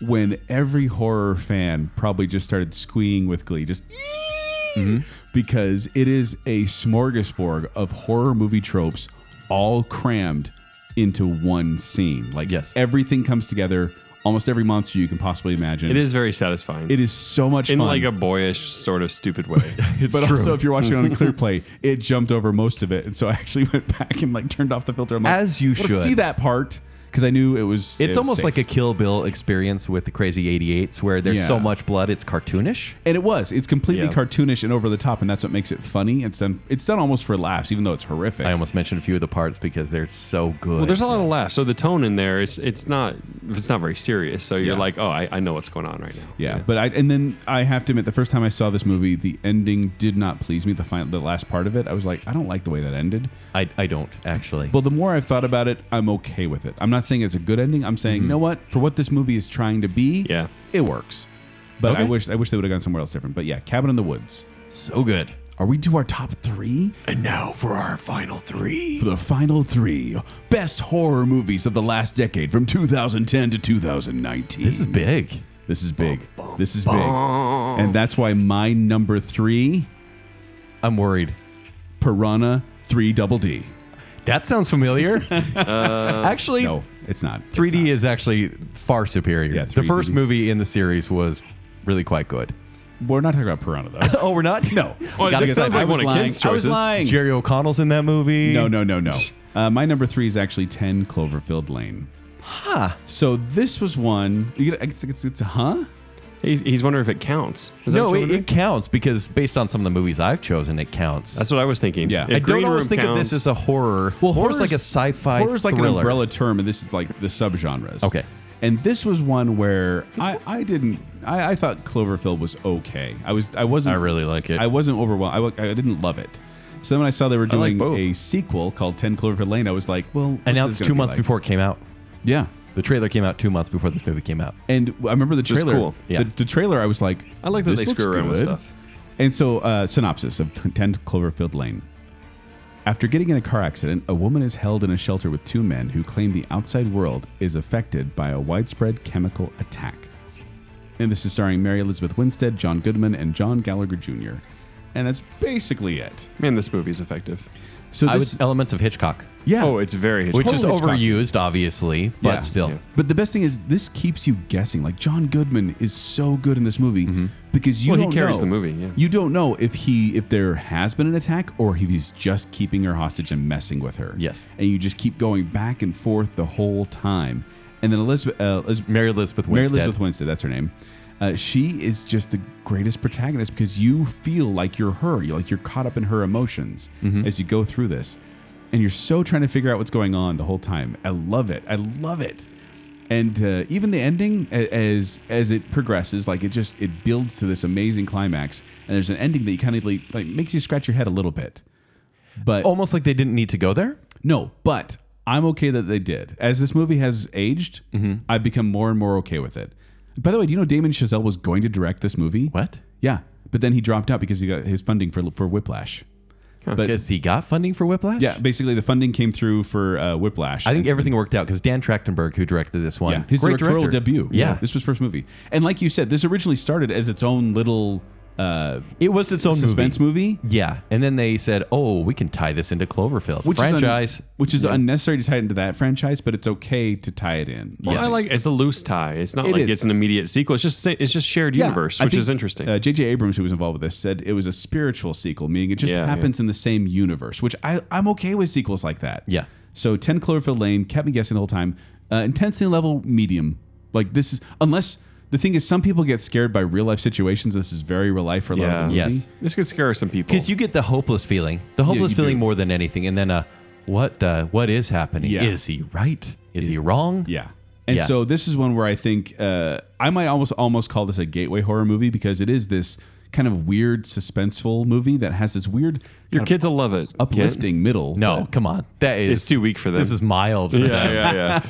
B: when every horror fan probably just started squeeing with glee, just
D: Mm-hmm.
B: because it is a smorgasbord of horror movie tropes all crammed into one scene. Like
C: Yes.
B: everything comes together, almost every monster you can possibly imagine.
D: It is very satisfying.
B: It is so much
D: in
B: fun
D: like a boyish sort of stupid way.
B: but also, if you're watching
C: *laughs*
B: on clear play, it jumped over most of it, and so I actually *laughs* went back and like turned off the filter. I'm like,
C: As you
B: "I wanna
C: should."
B: see that part because I knew it was.
C: It's almost like a Kill Bill experience with the Crazy 88s where there's
B: Yeah.
C: so much blood, it's cartoonish.
B: and it was. It's completely
D: Yeah.
B: cartoonish and over the top, and that's what makes it funny. It's done. It's done almost for laughs, even though it's horrific.
C: I almost mentioned a few of the parts because they're so good.
D: Well, there's a lot of laughs. So the tone in there is it's not it's not very serious. So you're
B: Yeah.
D: like, oh, I, I know what's going on right now.
B: yeah, but I and then I have to admit, the first time I saw this movie, the ending did not please me. The final, the last part of it, I was like, I don't like the way that ended.
C: I, I don't actually.
B: Well, the more I've thought about it, I'm okay with it. I'm not saying it's a good ending. I'm
C: Mm-hmm.
B: saying, you know what? For what this movie is trying to be,
D: Yeah.
B: it works. But I
C: Okay.
B: wish I wish they would have gone somewhere else different. But yeah, Cabin in the Woods.
C: so good.
B: Are we to our top three? And now for our final three. For the final three best horror movies of the last decade from 2010 to 2019.
C: This is big.
B: This is big. This is big. And that's why my number three,
C: I'm worried.
B: Piranha 3 Double D.
C: That sounds familiar. actually,
B: No, it's not. It's
C: 3D
B: not.
C: is actually far superior.
B: Yeah,
C: the
B: 3D.
C: first movie in the series was really quite good.
B: We're not talking about Piranha *laughs* though.
C: Oh, we're not.
B: No.
D: Oh,
C: Gotta get that-
D: this sounds like
C: I
B: was
D: one of
B: lying.
D: Kent's
B: I was
D: choices.
B: lying.
C: Jerry O'Connell's in that movie.
B: No, no, no, no. Uh, my number three is actually 10 Cloverfield Lane. Huh. So this was one. You get, it's, it's, it's a huh?
D: He's, he's wondering if it counts. Is that
C: no,
D: what you're
C: it,
D: wondering?
C: it counts because based on some of the movies I've chosen, it counts.
D: That's what I was thinking.
B: Yeah.
D: If
B: I
C: I don't
D: Green
C: always
D: Room
C: think of
D: counts-
C: this as a horror.
B: Well,
C: horror's like a
B: horror's-
C: sci-fi
B: Horror's like an
C: thriller.
B: umbrella term, and this is like the subgenres.
C: Okay.
B: And this was one where I, I didn't I, I thought Cloverfield was okay. I was I wasn't
C: I really like it.
B: I wasn't overwhelmed. I, wa- I didn't love it. So then when I saw they were
C: like
B: doing
C: both.
B: a sequel called Ten Cloverfield Lane, I was like, well, what's this
C: Announced
B: gonna
C: two
B: be
C: months
B: like?
C: before it came out.
B: Yeah.
C: The trailer came out two months before this movie came out.
B: And I remember the
D: Just
B: trailer.
D: cool.
C: Yeah.
B: The, the trailer, I was like,
D: I like that
B: this
D: they
B: looks
D: screw around with
B: good.
D: stuff.
B: And so, uh, synopsis of t- 10 Cloverfield Lane. After getting in a car accident, a woman is held in a shelter with two men who claim the outside world is affected by a widespread chemical attack. And this is starring Mary Elizabeth Winstead, John Goodman, and John Gallagher Jr. And that's basically it.
D: Man, this movie's effective.
B: So
C: I
B: this,
C: was elements of Hitchcock,
B: yeah.
D: Oh, it's very
C: which
D: Hitchcock.
C: is
B: Totally
C: overused, obviously, but
B: Yeah.
C: still.
D: Yeah.
B: But the best thing is this keeps you guessing. Like John Goodman is so good in this movie because you
D: Mm-hmm. Well, he
B: don't
D: carries
B: know-
D: the movie, yeah.
B: You don't know if he if there has been an attack or if he's just keeping her hostage and messing with her.
C: Yes.
B: and you just keep going back and forth the whole time. And then Elizabeth, uh, Eliz-
C: Mary Elizabeth
B: Mary
C: Winstead.
B: Elizabeth Winstead, that's her name. Uh, she is just the greatest protagonist because you feel like you're her. You're like you're caught up in her emotions
C: Mm-hmm.
B: as you go through this, and you're so trying to figure out what's going on the whole time. I love it. I love it. And uh, even the ending, a- as as it progresses, like it just it builds to this amazing climax. And there's an ending that you kind of like, like makes you scratch your head a little bit. But
C: Almost like they didn't need to go there.
B: no, but I'm okay that they did. As this movie has aged,
C: Mm-hmm.
B: I've become more and more okay with it. By the way, do you know Damon Chazelle was going to direct this movie?
C: What?
B: Yeah, but then he dropped out because he got his funding for for Whiplash. But-
C: Because he got funding for Whiplash?
B: Yeah, basically the funding came through for uh, Whiplash.
C: I think
B: And-
C: everything worked out because Dan Trachtenberg, who directed this one,
B: Yeah, his
C: great
B: directorial
C: director.
B: debut.
C: Yeah.
B: this was first movie, and like you said, this originally started as its own little uh,
C: it was its own
B: suspense
C: movie.
B: movie.
C: Yeah. And then they said, oh, we can tie this into Cloverfield.
B: Which
C: Franchise.
B: is un- which is unnecessary to tie it into that franchise, but it's okay to tie it in.
D: Well, I like it's a loose tie. It's not
B: It
D: like
B: is.
D: it's an immediate sequel. It's just sa- it's just shared
B: Yeah,
D: universe,
B: I
D: which
B: think,
D: is interesting.
B: Uh, J.J. Abrams, who was involved with this, said it was a spiritual sequel, meaning it just
D: Yeah,
B: happens in the same universe, which I, I'm okay with sequels like that.
C: Yeah.
B: So 10 Cloverfield Lane kept me guessing the whole time. Uh, intensity level, medium. Like this is, unless the thing is, some people get scared by real life situations. This is very real life for a lot
D: yeah.
B: of the movie.
C: Yes.
D: This could scare some people.
C: Because you get the hopeless feeling, the hopeless
B: you
C: feeling
B: do.
C: more than anything, and then uh, what uh, what is happening?
B: Yeah.
C: Is he right? Is, he wrong?
B: Yeah. And
C: Yeah.
B: so this is one where I think uh, I might almost almost call this a gateway horror movie because it is this kind of weird suspenseful movie that has this weird
D: your
B: kind of
D: kids will love it.
B: uplifting middle.
C: No,
B: but-
C: come on, that is
D: It's too weak for them.
C: This is mild for
D: Yeah,
C: them.
D: yeah,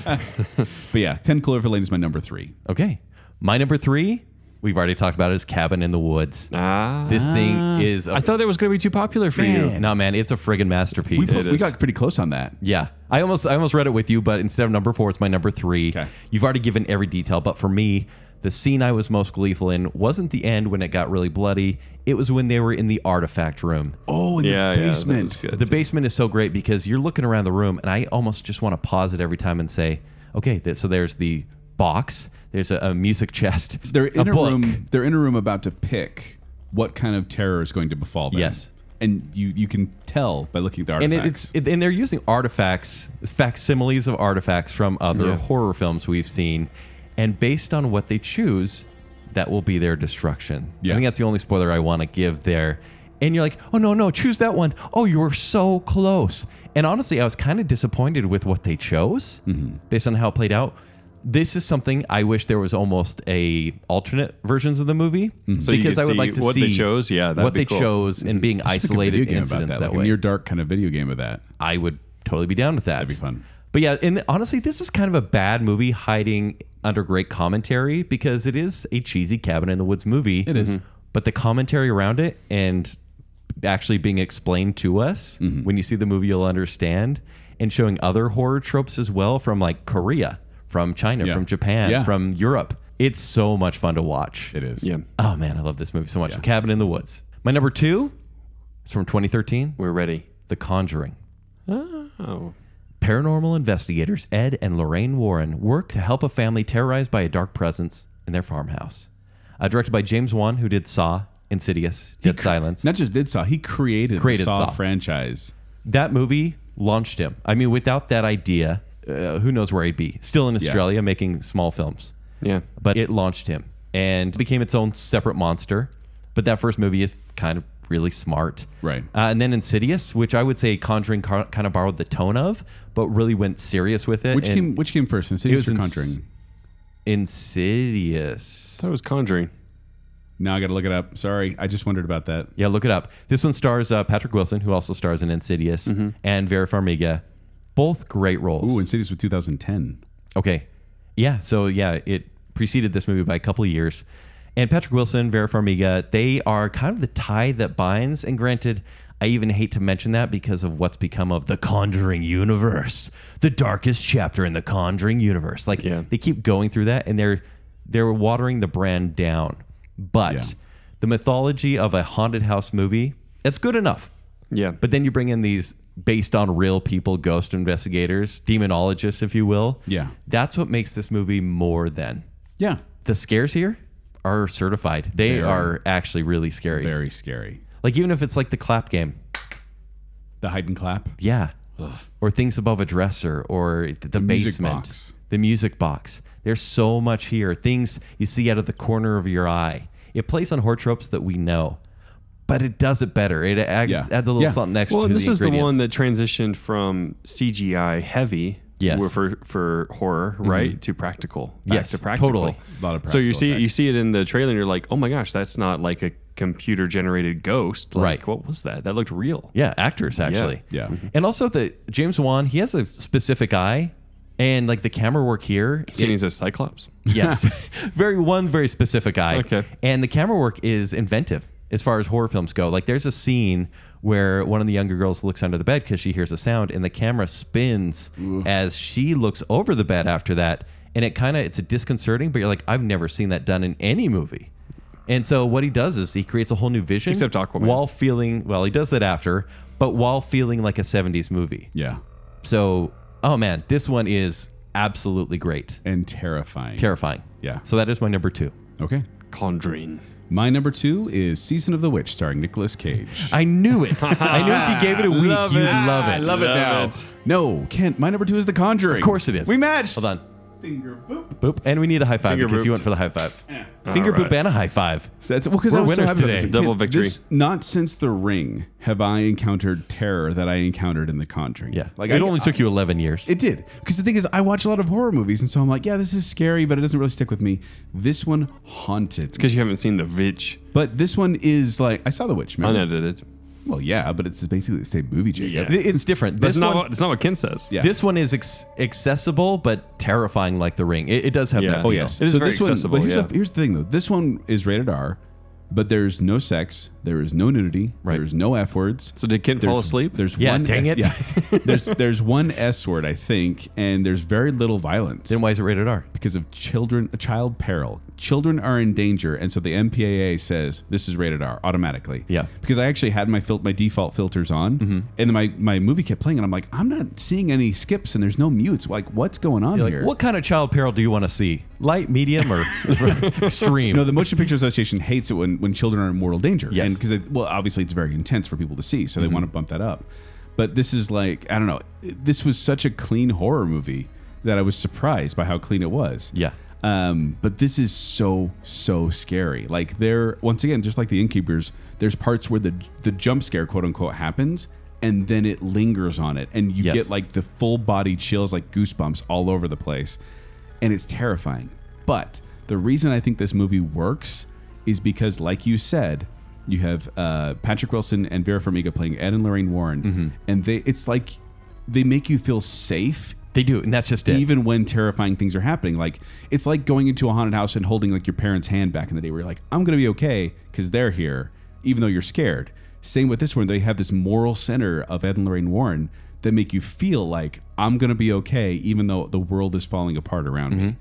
D: yeah.
B: But yeah, 10 Cloverfield Lane is my number three.
C: Okay, my number three, we've already talked about it, is Cabin in the Woods.
D: ah,
C: This thing is a
D: I thought it was going to be too popular for you.
C: no man, it's a friggin'
B: We,
C: masterpiece.
B: we got pretty close on that.
C: Yeah. I almost I almost read it with you, but instead of number four, it's my number three.
B: Okay.
C: You've already given every detail, but for me, the scene I was most gleeful in wasn't the end when it got really bloody. It was when they were in the artifact room.
B: Oh, in
D: Yeah,
B: the
D: yeah, that
B: basement.
D: was good.
C: The basement is so great because you're looking around the room, and I almost just want to pause it every time and say, okay, th- so there's the box, there's a, a music chest,
B: They're in a,
C: book.
B: room. They're in a room about to pick what kind of terror is going to befall them.
C: Yes.
B: and you you can tell by looking at the
C: And
B: artifacts.
C: it, it's it, and they're using artifacts, facsimiles of artifacts from other
D: Yeah.
C: horror films we've seen, and based on what they choose, that will be their destruction.
B: Yeah.
C: I think that's the only spoiler I want to give there. And you're like, oh no no, choose that one. Oh, you were so close. And honestly, I was kind of disappointed with what they chose
D: Mm-hmm.
C: based on how it played out. This is something I wish there was almost a alternate versions of the movie
D: Mm-hmm. So you
C: because
D: could
C: I would
D: see
C: like to
D: what
C: see
D: they chose? Yeah, that'd
C: what
D: be
C: they
D: cool.
C: chose and
D: *laughs*
C: being
B: Just like a video
C: isolated
B: game about
C: incidents
B: that,
C: that,
B: like
C: way.
B: a near dark kind of video game of that.
C: I would totally be down with that. That'd
B: be fun.
C: But yeah, and honestly, this is kind of a bad movie hiding under great commentary because it is a cheesy cabin in the woods movie. It
B: is. Mhm.
C: But the commentary around it and actually being explained to us
B: Mm-hmm.
C: when you see the movie, you'll understand. And showing other horror tropes as well from like Korea, from China,
B: Yeah.
C: from Japan,
B: Yeah.
C: from Europe. It's so much fun to watch.
B: It is.
D: Yeah,
C: Oh man, I love this movie so much. Cabin in the Woods. My number two is from 2013,
D: we're ready.
C: The Conjuring.
D: Oh,
C: Paranormal investigators Ed and Lorraine Warren work to help a family terrorized by a dark presence in their farmhouse. uh, directed by James Wan, who did Saw, Insidious, Dead Silence.
B: Not just did Saw, he created,
C: Created
B: the Saw,
C: Saw.
B: franchise.
C: that movie launched him. I mean, without that idea, uh, who knows where he'd be? Still in Australia making small films,
D: Yeah.
C: but it launched him and became its own separate monster. But that first movie is kind of really smart,
B: Right.
C: Uh, and then Insidious, which I would say Conjuring car- kind of borrowed the tone of, but really went serious with it.
B: Which
C: and
B: came which came first, Insidious
C: was
B: or
C: in-
B: Conjuring?
C: Insidious.
D: That was Conjuring.
B: now I got to look it up. Sorry, I just wondered about that.
C: Yeah, look it up. This one stars uh, Patrick Wilson, who also stars in Insidious, and Vera Farmiga. Both great roles.
B: Ooh, Insidious was 2010.
C: Okay. Yeah. So yeah, it preceded this movie by a couple of years. And Patrick Wilson, Vera Farmiga, they are kind of the tie that binds. And granted, I even hate to mention that because of what's become of the Conjuring universe, the darkest chapter in the Conjuring universe. Like
D: Yeah.
C: they keep going through that, and they're they're watering the brand down. But
B: Yeah.
C: the mythology of a haunted house movie, it's good enough.
D: Yeah.
C: But then you bring in these based on real people, ghost investigators, demonologists, if you will.
B: Yeah.
C: That's what makes this movie more than.
B: Yeah,
C: The scares here are certified. They
B: They are.
C: are. actually really scary.
B: very scary.
C: Like even if it's like the clap game.
B: The hide and clap.
C: Yeah. Or things above a dresser or th- the,
B: music
C: basement.
B: box.
C: The music box. There's so much here. Things you see out of the corner of your eye. It plays on horror tropes that we know, but it does it better. It adds,
B: Yeah.
C: adds a little
B: Yeah.
C: something extra
D: Well,
C: to
D: this
C: the
D: is the one
C: ingredients.
D: that transitioned from CGI heavy
C: Yes. Mm-hmm.
D: were for for horror, right, to practical. Back
C: Yes,
D: to practical.
C: totally.
B: A lot of
D: so you
B: practical
D: see you
B: effects.
D: see it in the trailer, and you're like, oh my gosh, that's not like a computer generated ghost. Like,
C: Right.
D: What was that? That looked real.
C: Yeah, actors actually.
B: Yeah. Mhm.
C: And also the James Wan, he has a specific eye and like the camera work here.
D: Seeing as a
C: *laughs*
D: cyclops.
C: yes. very one very specific eye.
D: Okay.
C: And the camera work is inventive as far as horror films go. Like there's a scene where one of the younger girls looks under the bed cuz she hears a sound and the camera spins as she looks over the bed after that and it kind of it's disconcerting but you're like I've never seen that done in any movie. And so what he does is he creates a whole new vision
D: Except Aquaman.
C: while feeling well he does that after but while feeling like a 70s movie.
B: Yeah,
C: So oh man, this one is absolutely great.
B: and terrifying.
C: Terrifying.
B: Yeah.
C: So that is my number 2.
B: okay.
D: Conjuring.
B: My number two is Season of the Witch, starring Nicolas Cage.
C: I knew it. I knew if you gave it a week,
D: Love
C: you'd
D: it.
C: love it.
D: I love it now.
B: No, Kent. My number two is The Conjuring.
C: Of course it is.
B: We matched.
C: Hold on.
B: Finger boop.
C: Boop. And we need a high five
D: Finger
C: because you went
D: booped.
C: for the high five. Finger
D: All
C: boop
D: right.
C: and a high five.
B: So that's well because
C: We're
B: I was so
C: winners
B: happy about
C: today.
B: this.
D: Double
B: Kent,
D: victory.
B: this- not since The Ring have I encountered terror that I encountered in The Conjuring.
C: Yeah.
B: like
C: Like it
B: I,
C: only
B: I-
C: took you 11 years.
B: It did. Because the thing is, I watch a lot of horror movies, and so I'm like, yeah, this is scary, but it doesn't really stick with me. This one haunted.
D: Because you haven't seen the Vitch
C: Mm-hmm.
B: But this one is like, I saw The Witch, man.
D: unedited.
B: Well, yeah, but it's basically the same movie,
D: Oh,
B: Jacob.
C: Th- it's different. This
D: That's not
C: one,
D: what that's not what Ken says.
B: Yeah.
C: this one is ex- accessible but terrifying like the ring. It, it does have
D: Yeah.
C: that.
D: Oh,
C: feel.
D: yes. It is very
B: this one-
D: accessible,
B: but here's,
D: yeah.
B: the, here's the thing, though. This one is rated R, but there's no sex, there is no nudity,
C: Right.
B: there's no F words.
D: So did Ken fall
B: There's-
D: asleep?
B: There's
C: Yeah,
B: one.
C: dang it.
B: yeah. there's there's one S word, I think, and there's very little violence
C: Then why is it rated R?
B: because of children, child peril. Children are in danger, and so the MPAA says this is rated R automatically.
C: Yeah. Mm-hmm.
B: Because I actually had my fil- my default filters on, and then my my movie kept playing, and I'm like, I'm not seeing any skips, and there's no mutes. Like, what's going on
C: You're
B: here?
C: like, what kind of child peril do you want to see? Light, medium, or extreme?
B: No, the Motion Picture Association hates it when, when children are in mortal danger.
C: Yes. Mm-hmm.
B: And because, well, obviously it's very intense for people to see, so they want to bump that up. But this is like, I don't know, this was such a clean horror movie that I was surprised by how clean it was.
C: Yeah.
B: Um, but this is so, so scary. Like, there, once again, just like the Innkeepers, there's parts where the, the jump scare, quote unquote, happens. And then it lingers on it, and you
C: Yes.
B: get like the full body chills, like goosebumps all over the place and it's terrifying. But the reason I think this movie works is because, like you said, you have uh, Patrick Wilson and Vera Farmiga playing Ed and Lorraine Warren, and they it's like they make you feel safe
C: they do, and that's just it.
B: even when terrifying things are happening. Like it's like going into a haunted house and holding like your parents' hand back in the day, where you're like, "I'm gonna be okay" because they're here, even though you're scared. Same with this one; they have this moral center of Ed and Lorraine Warren that make you feel like I'm gonna be okay, even though the world is falling apart around
D: Mm-hmm.
B: me.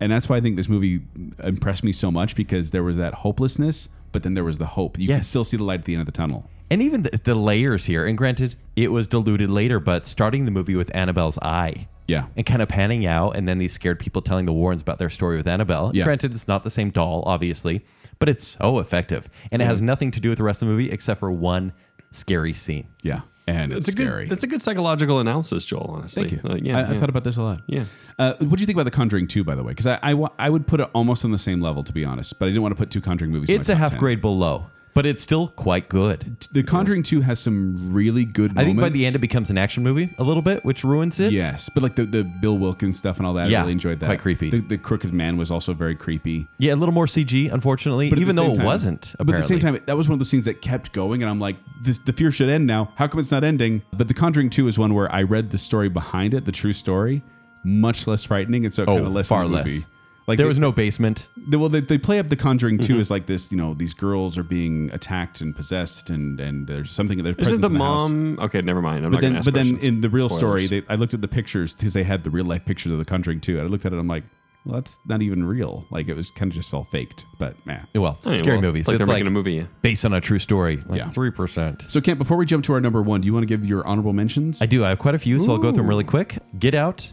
B: And that's why I think this movie impressed me so much because there was that hopelessness, but then there was the hope. You can
C: Yes.
B: still see the light at the end of the tunnel.
C: and even the, the layers here and granted it was diluted later but starting the movie with annabelle's eye
B: Yeah.
C: and kind of panning out, and then these scared people telling the Warrens about their story with Annabelle.
B: Yeah.
C: Granted, it's not the same doll, obviously, but it's so effective, and it
B: Mm-hmm.
C: has nothing to do with the rest of the movie except for one scary scene.
B: Yeah. And it's,
D: That's a
B: scary.
D: good. That's a good psychological analysis, Joel. Honestly,
B: Thank you.
D: Like, yeah,
B: I, I
D: yeah.
B: thought about this a lot.
D: Yeah.
B: Uh, what do you think about The Conjuring 2, by the way? Because I, I, wa- I would put it almost on the same level, to be honest, but I didn't want to put two Conjuring movies in my
C: It's a
B: top
C: half
B: 10.
C: grade below, but it's still quite good.
B: The Conjuring 2 has some really good
C: I think by
B: moments.
C: the end it becomes an action movie a little bit, which ruins it.
B: Yes, but like the, the Bill Wilkins stuff and all that, I
C: Yeah,
B: really enjoyed that.
C: quite creepy.
B: The, the Crooked Man was also very creepy.
C: Yeah, a little more CG, unfortunately,
B: But at
C: even
B: the
C: though
B: same
C: it
B: time-
C: wasn't. Apparently.
B: But at the same time, that was one of those scenes that kept going, and I'm like, this, the fear should end now. How come it's not ending? But The Conjuring 2 is one where I read the story behind it, the true story, much less frightening, and so it
C: Oh,
B: kind of less
C: far
B: the movie.
C: less.
B: Like
C: there
B: it-
C: was no basement.
B: they, well, they, they play up The Conjuring 2 as like this, you know, these girls are being attacked and possessed, and and there's something there's
D: Isn't
B: presence
D: the
B: in the house.
D: mom? Okay, never mind. I'm
B: But
D: not
B: then,
D: gonna ask
B: but then
D: questions.
B: in the real story,
D: Spoilers.
B: they, I looked at the pictures because they had the real life pictures of The Conjuring 2, and I looked at it, I'm like, well, that's not even real. Like it was kind of just all faked, but man.
C: Well,
D: I mean,
C: scary
D: well,
C: movies.
D: Like
C: it's
D: they're
C: like
D: making a movie.
C: based on a true story. Like
B: Yeah.
C: three percent.
B: So, Kent, before we jump to our number one, do you want to give your honorable mentions?
C: I do. I have quite a few, so I'll go through them really quick. Get out,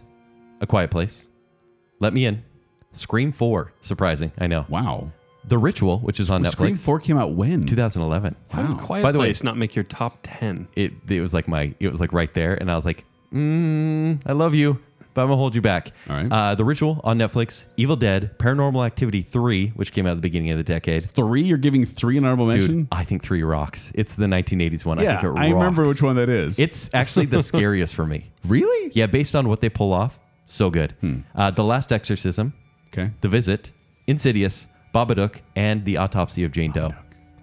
C: a quiet place. Let me in. Scream four, surprising. I know.
B: wow.
C: The Ritual, which is on
B: Well, Scream
C: Netflix,
B: 4 came out when?
C: 2011.
D: How did
B: Wow.
D: Quiet
C: By the way-
D: Place not make your top ten?
C: It it was like my it was like right there, and I was like, mm, I love you, but I'm gonna hold you back.
B: All right.
C: Uh, the Ritual on Netflix, Evil Dead, Paranormal Activity three, which came out at the beginning of the decade.
B: Three? You're giving three an honorable mention?
C: Dude, I think three rocks. It's the 1980s one. I
B: yeah,
C: think it rocks.
B: I remember which one that is.
C: It's
B: *laughs*
C: actually the scariest for me.
B: really?
C: Yeah, based on what they pull off, so good. Uh, the Last Exorcism,
B: Okay.
C: The Visit, Insidious, Babadook, and The Autopsy of Jane Doe.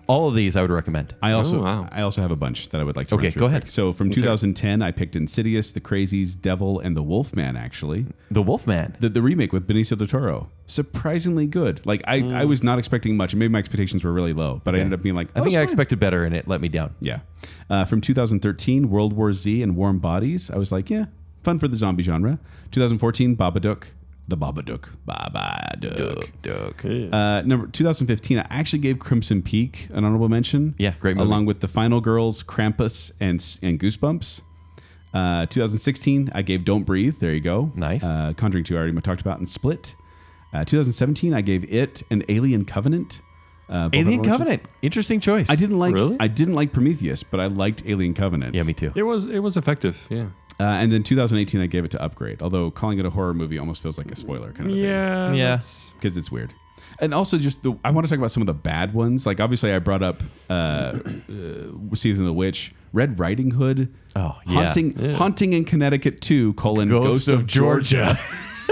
C: All of these I would recommend.
B: I also
D: Oh, wow.
B: I also have a bunch that I would like to.
C: Okay,
B: run through
C: go
B: quick.
C: ahead.
B: So from 2010, I picked Insidious, The Crazies, Devil, and The Wolfman. Actually,
C: The Wolfman.
B: the, the remake with Benicio del Toro, surprisingly good. Like I, I was not expecting much, and maybe my expectations were really low, but I ended up being like,
C: Mm. I
B: "Oh,
C: think
B: it's
C: I
B: fine."
C: expected better and it let me down.
B: Yeah. Uh, from 2013, World War Z and Warm Bodies. I was like, yeah, fun for the zombie genre. 2014, Babadook. The Babadook. Babadook.
C: Duck.
B: Uh, number 2015, I actually gave Crimson Peak an honorable mention.
C: Yeah, great movie.
B: Along with The Final Girls, Krampus, and, and Goosebumps. Uh, 2016, I gave Don't Breathe. There you go.
C: Nice.
B: Uh, Conjuring 2, I already talked about, and Split. Uh, 2017, I gave It and Alien Covenant. Uh, both
C: Alien
B: honorable mentions.
C: Covenant. Interesting choice.
B: I didn't like
D: Really?
B: I didn't like Prometheus, but I liked Alien Covenant.
C: Yeah, me too.
D: It was it was effective. Yeah.
B: Uh, and then 2018, I gave it to Upgrade. Although calling it a horror movie almost feels like a spoiler kind of a
D: Yeah.
C: Yeah.
D: that's-
B: because it's weird. And also, just the I want to talk about some of the bad ones. Like obviously, I brought up uh, uh, Season of the Witch, Red Riding Hood,
C: Oh, yeah.
B: Haunting, Haunting in Connecticut Two: colon, Ghost, of, Georgia.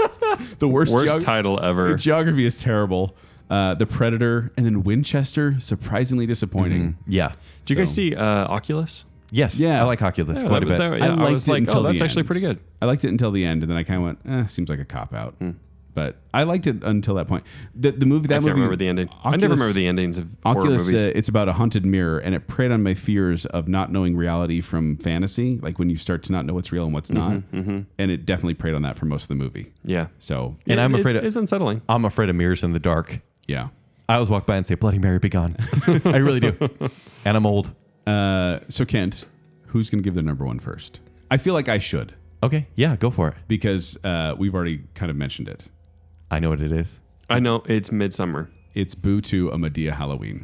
B: *laughs* the worst,
D: Worst
B: geog-
D: title ever.
B: The geography is terrible. Uh, the Predator, and then Winchester, surprisingly
D: Mm-hmm.
B: disappointing.
C: Yeah.
D: Did you guys
B: So-
D: see uh, Oculus?
C: Yes.
B: Yeah.
C: I like Oculus
D: Yeah,
C: quite a
D: that-
C: bit.
D: that- yeah, I,
B: liked
D: was
B: it
D: like,
B: until
D: oh,
B: the
D: that's actually
B: end.
D: pretty good. Hmm.
B: I liked it until the end, and then I kind of went, eh, seems like a cop out. But I liked it until that point. The, the movie that
D: I can't
B: movie,
D: remember the ending. I never
B: Oculus-
D: remember the endings of
B: Oculus,
D: horror movies.
B: uh, it's about a haunted mirror, and it preyed on my fears of not knowing reality from fantasy, like when you start to not know what's real and what's
D: Mm-hmm,
B: not. And it definitely preyed on that for most of the movie.
D: yeah.
B: So,
C: And I'm afraid of-
D: it's unsettling.
C: I'm afraid of mirrors in the dark.
B: yeah.
C: I always walk by and say, Bloody Mary, be gone. I really do. And I'm old.
B: Uh, so, Kent, who's going to give the number one first? I feel like I should
C: Okay. Yeah, go for it.
B: because uh, we've already kind of mentioned it.
C: I know what it is.
D: I know it's midsummer.
B: It's Boo to a Medea
D: *laughs*
B: Halloween.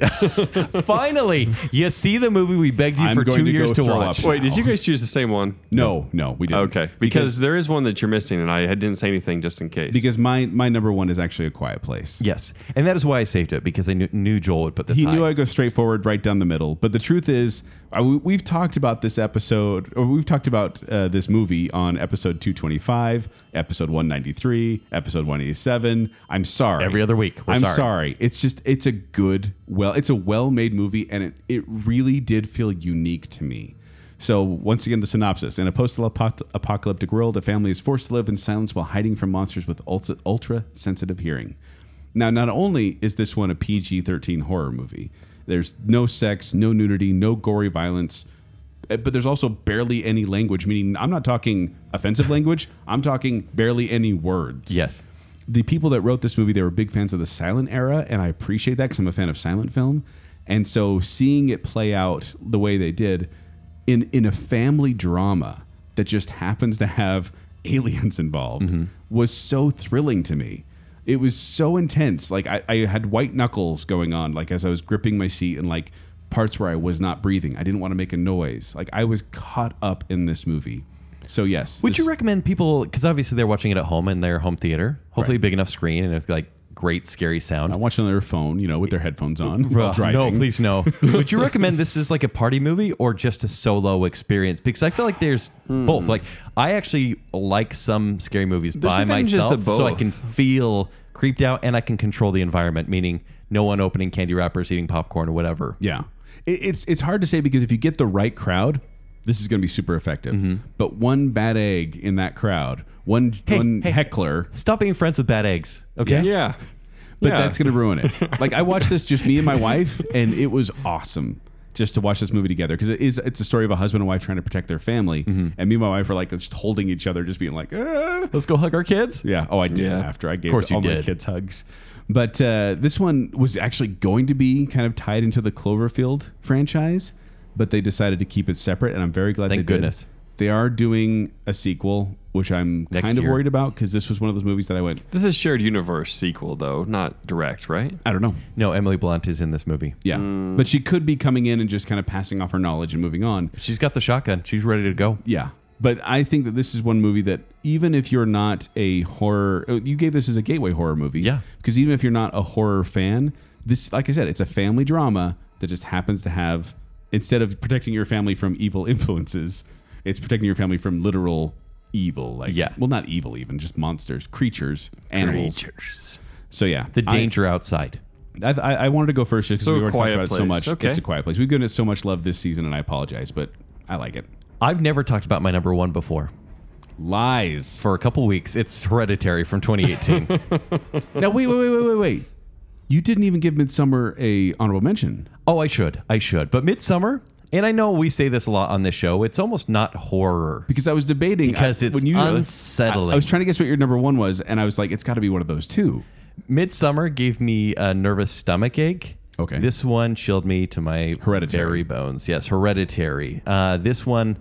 C: Finally, you see the movie we begged you
B: I'm
C: for
B: going
C: two
B: to go
C: years to
B: throw
C: watch.
B: up.
D: Wait, did
B: Wow.
D: you guys choose the same one?
B: no, no, we didn't.
D: Okay, because there is one that you're missing, and I didn't say anything just in case.
B: Because my my number one is actually a quiet place.
C: Yes, and that is why I saved it because I knew, knew Joel would put this.
B: He
C: high.
B: knew I'd go straight forward, right down the middle. But the truth is, I, we, we've talked about this episode, or we've talked about uh, this movie on episode 225, episode 193, episode 187. I'm sorry.
C: Every other week, we're
B: I'm
C: sorry.
B: It's just, it's a good, well, it's a well made movie, and it, it really did feel unique to me. So, once again, the synopsis. In a post apocalyptic world, a family is forced to live in silence while hiding from monsters with ultra sensitive hearing. Now, not only is this one a PG 13 horror movie, there's no sex, no nudity, no gory violence, eh, but there's also barely any language, meaning I'm not talking offensive language, I'm talking barely any words.
C: Yes,
B: The people that wrote this movie, they were big fans of the silent era, and I appreciate that because I'm a fan of silent film. And so seeing it play out the way they did in, in a family drama that just happens to have *laughs* aliens involved
C: Mm-hmm.
B: was so thrilling to me. It was so intense. Like I, I had white knuckles going on, like as I was gripping my seat and like parts where I was not breathing. I didn't want to make a noise. Like I was caught up in this movie. So yes,
C: Would
B: this-
C: you recommend people? Because obviously they're watching it at home in their home theater, hopefully a big enough screen and it's like great scary sound.
B: I'm watching on their phone, you know, with their
C: *laughs*
B: headphones on.
C: Well,
B: while driving.
C: No,
B: *laughs*
C: please no. Would you recommend this is like a party movie or just a solo experience? Because I feel like there's
B: Hmm.
C: both. Like I actually like some scary movies by
E: even just
C: myself,
E: a
C: so I
E: both.
C: can feel creeped out and I can control the environment, meaning no one opening candy wrappers, eating popcorn, or whatever.
B: Yeah, it, it's it's hard to say because if you get the right crowd, this is going to be super effective. But one bad egg in that crowd, one one heckler,
C: Stop being friends with bad eggs. Okay.
D: Yeah.
B: but
D: Yeah.
B: that's going to ruin it. like I watched this just me and my wife, and it was awesome just to watch this movie together because it is it's a story of a husband and wife trying to protect their family, and me and my wife are like just holding each other, just being like, "Ah."
C: Let's go hug our kids.
B: Yeah. Oh, I did
D: Yeah.
B: after I gave
C: course you
B: all my
C: did.
B: kids hugs. But uh, this one was actually going to be kind of tied into the Cloverfield franchise, but they decided to keep it separate, and I'm very glad.
C: Thank
B: they did.
C: goodness.
B: They are doing a sequel, which I'm
C: Next
B: kind of
C: year.
B: worried about because this was one of those movies that I went,
D: This is shared universe sequel though, not direct, right?
B: I don't know.
C: No, Emily Blunt is in this movie.
B: Yeah,
C: Mm.
B: but she could be coming in and just kind of passing off her knowledge and moving on.
C: She's got the shotgun. She's ready to go.
B: Yeah. But I think that this is one movie that even if you're not a horror, oh, you gave this as a gateway horror movie.
C: Yeah.
B: Because even if you're not a horror fan, this, like I said, it's a family drama that just happens to have, instead of protecting your family from evil *laughs* influences, it's protecting your family from literal evil. Like,
C: Yeah.
B: Well, not evil, even just monsters, creatures, animals. So, yeah.
C: The
B: I-
C: danger outside.
B: I, I, I wanted to go first just because
D: So
B: we were talking
D: Quiet
B: about it so
D: Place.
B: much.
D: Okay.
B: It's a quiet place. We've given it so much love this season, and I apologize, but I like it.
C: I've never talked about my number one before.
B: Lies.
C: For a couple weeks, it's Hereditary
B: *laughs*
C: from 2018.
B: Now wait, wait, wait, wait, wait, wait. You didn't even give Midsummer a honorable mention.
C: Oh, I should. I should. But Midsummer, and I know we say this a lot on this show, it's almost not horror.
B: Because I was debating
C: Because
B: I,
C: it's unsettling.
B: I, I was trying to guess what your number one was, and I was like, it's got to be one of those two.
C: Midsummer gave me a nervous stomach ache.
B: Okay.
C: This one chilled me to my
B: Hereditary.
C: very bones. Yes, hereditary. Uh, this one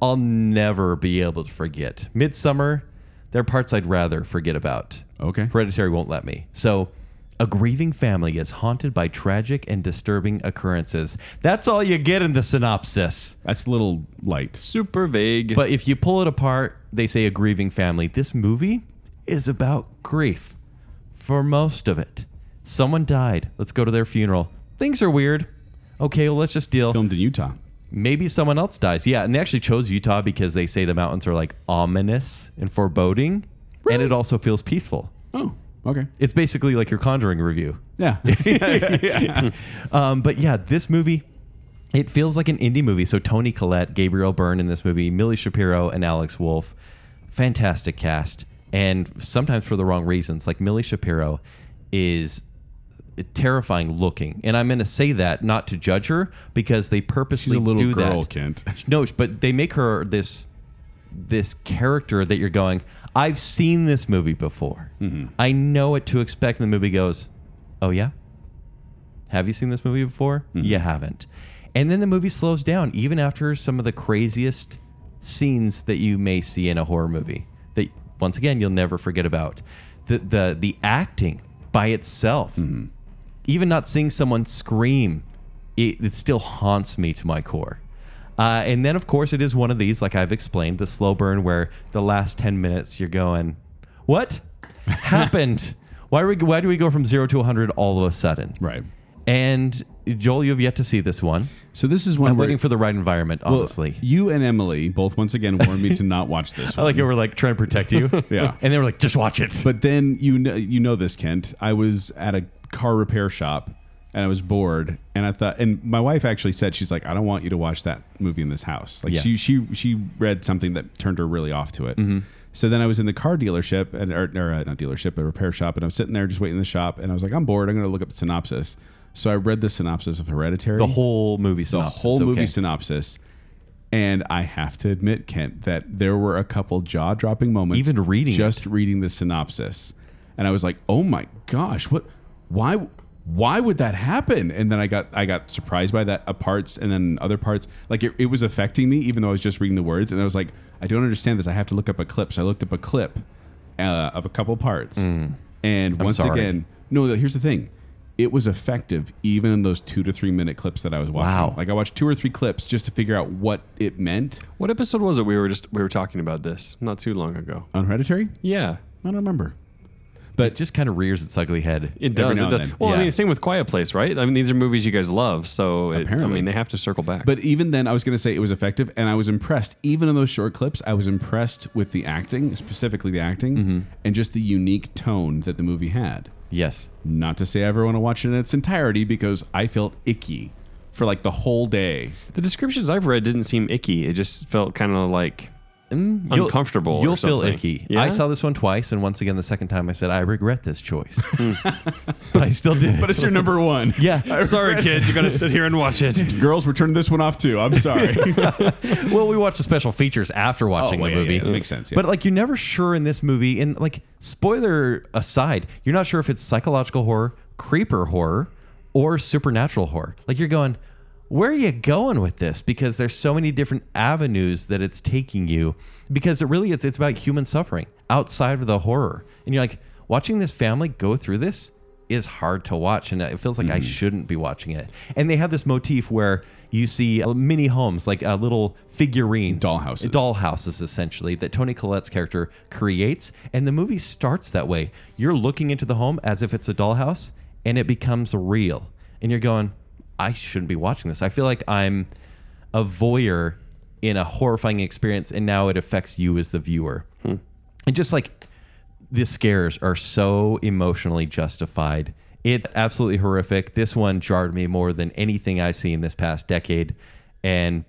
C: I'll never be able to forget. Midsummer, there are parts I'd rather forget about.
B: Okay.
C: Hereditary won't let me. So, a grieving family is haunted by tragic and disturbing occurrences. That's all you get in the synopsis.
B: That's a little light.
D: Super vague.
C: But if you pull it apart, they say a grieving family. This movie is about grief for most of it. Someone died. Let's go to their funeral. Things are weird. Okay, well, let's just deal.
B: Filmed in Utah.
C: Maybe someone else dies. Yeah, and they actually chose Utah because they say the mountains are like ominous and foreboding, and it also feels peaceful.
B: Oh, okay.
C: It's basically like your Conjuring review. *laughs*
B: Yeah. *laughs*
C: Um, but yeah, this movie, it feels like an indie movie. So Tony Collette, Gabriel Byrne in this movie, Millie Shapiro, and Alex Wolf, fantastic cast, and sometimes for the wrong reasons. Like Millie Shapiro is terrifying looking, and I'm going to say that not to judge her because they purposely
B: She's a little
C: do
B: girl,
C: that.
B: Kent. *laughs*
C: No, but they make her this this character that you're going. I've seen this movie before.
B: Mm-hmm.
C: I know what to expect. And the movie goes, "Oh yeah, have you seen this movie before? You haven't." And then the movie slows down, even after some of the craziest scenes that you may see in a horror movie. That once again you'll never forget about the the the acting by itself. Even not seeing someone scream, it, it still haunts me to my core. Uh, and then, of course, it is one of these, like I've explained, the slow burn where the last 10 minutes you're going, What happened? Why, are we, why do we go from zero to 100 all of a sudden?
B: right.
C: And Joel, you have yet to see this one.
B: So this is one
C: I'm
B: where
C: waiting for the right environment,
B: well,
C: honestly.
B: you and Emily both once again warned me to not watch this.
C: *laughs* I
B: One.
C: like it. We're like trying to protect *laughs* you.
B: Yeah.
C: And they were like, Just watch it.
B: But then you know, you know this, Kent. I was at a car repair shop and I was bored, and I thought, and my wife actually said, she's like, I don't want you to watch that movie in this house. Like
C: Yeah. Mm-hmm.
B: she she she read something that turned her really off to it. So then I was in the car dealership and or, or, uh, not dealership, a repair shop, and I'm sitting there just waiting in the shop, and I was like, I'm bored. I'm going to look up the synopsis. So I read the synopsis of Hereditary,
C: the whole movie
B: the
C: synopsis.
B: whole movie
C: okay.
B: synopsis. And I have to admit, Kent, that there were a couple jaw dropping moments.
C: Even reading
B: just reading the synopsis, and I was like, "Oh my gosh, what? Why? why would that happen? And then I got I got surprised by that uh, parts and then other parts. Like it, it was affecting me, even though I was just reading the words. And I was like, I don't understand this. I have to look up a clip. So I looked up a clip uh, of a couple parts. And once
C: Mm. sorry.
B: again, no. Here's the thing. It was effective even in those two to three minute clips that I was watching.
C: Wow.
B: Like I watched two or three clips just to figure out what it meant
D: What episode was it? We were just we were talking about this not too long ago.
B: on Hereditary.
D: Yeah,
B: I don't remember.
C: It just kind of rears its ugly head.
D: it
B: Every
D: does.
B: now
D: It
B: and
D: does.
B: then.
D: Well,
C: Yeah.
D: I mean, same with Quiet Place, right? I mean, these are movies you guys love, so it, I
B: Apparently.
D: mean, they have to circle back.
B: But even then, I was going to say it was effective, and I was impressed. Even in those short clips, I was impressed with the acting, specifically the acting,
C: Mm-hmm.
B: and just the unique tone that the movie had.
C: Yes.
B: Not to say I ever want to watch it in its entirety because I felt icky for like the whole day.
D: the descriptions I've read didn't seem icky. It just felt kind of like
C: You'll-
D: uncomfortable. or
C: You'll, feel
D: something.
C: icky.
D: Yeah?
C: I saw this one twice, and once again, the second time, I said, "I regret this *laughs* choice," Hmm. but I still did.
B: But it's your number one.
C: *laughs* yeah.
D: *laughs* *laughs* Sorry, kids, you got to sit here and watch it.
B: Girls, we're turning this one off too. I'm
C: *laughs*
B: sorry.
C: Well, we watched the special features after watching
B: well,
C: the
B: yeah,
C: movie.
B: yeah, that makes sense, yeah.
C: But like, you're never sure in this movie. And like, spoiler aside, you're not sure if it's psychological horror, creeper horror, or supernatural horror. Like, you're going, where are you going with this? Because there's so many different avenues that it's taking you. Because it really it's it's about human suffering outside of the horror. And you're like, watching this family go through this is hard to watch and it feels like
B: Mm-hmm.
C: I shouldn't be watching it. And they have this motif where you see uh, mini homes, like uh, little figurines,
B: Dollhouses.
C: dollhouses essentially that Tony Collette's character creates, and the movie starts that way. You're looking into the home as if it's a dollhouse, and it becomes real, and you're going, "I shouldn't be watching this. I feel like I'm a voyeur in a horrifying experience, and now it affects you as the viewer." And just like the scares are so emotionally justified. It's absolutely horrific. This one jarred me more than anything I've seen this past decade, and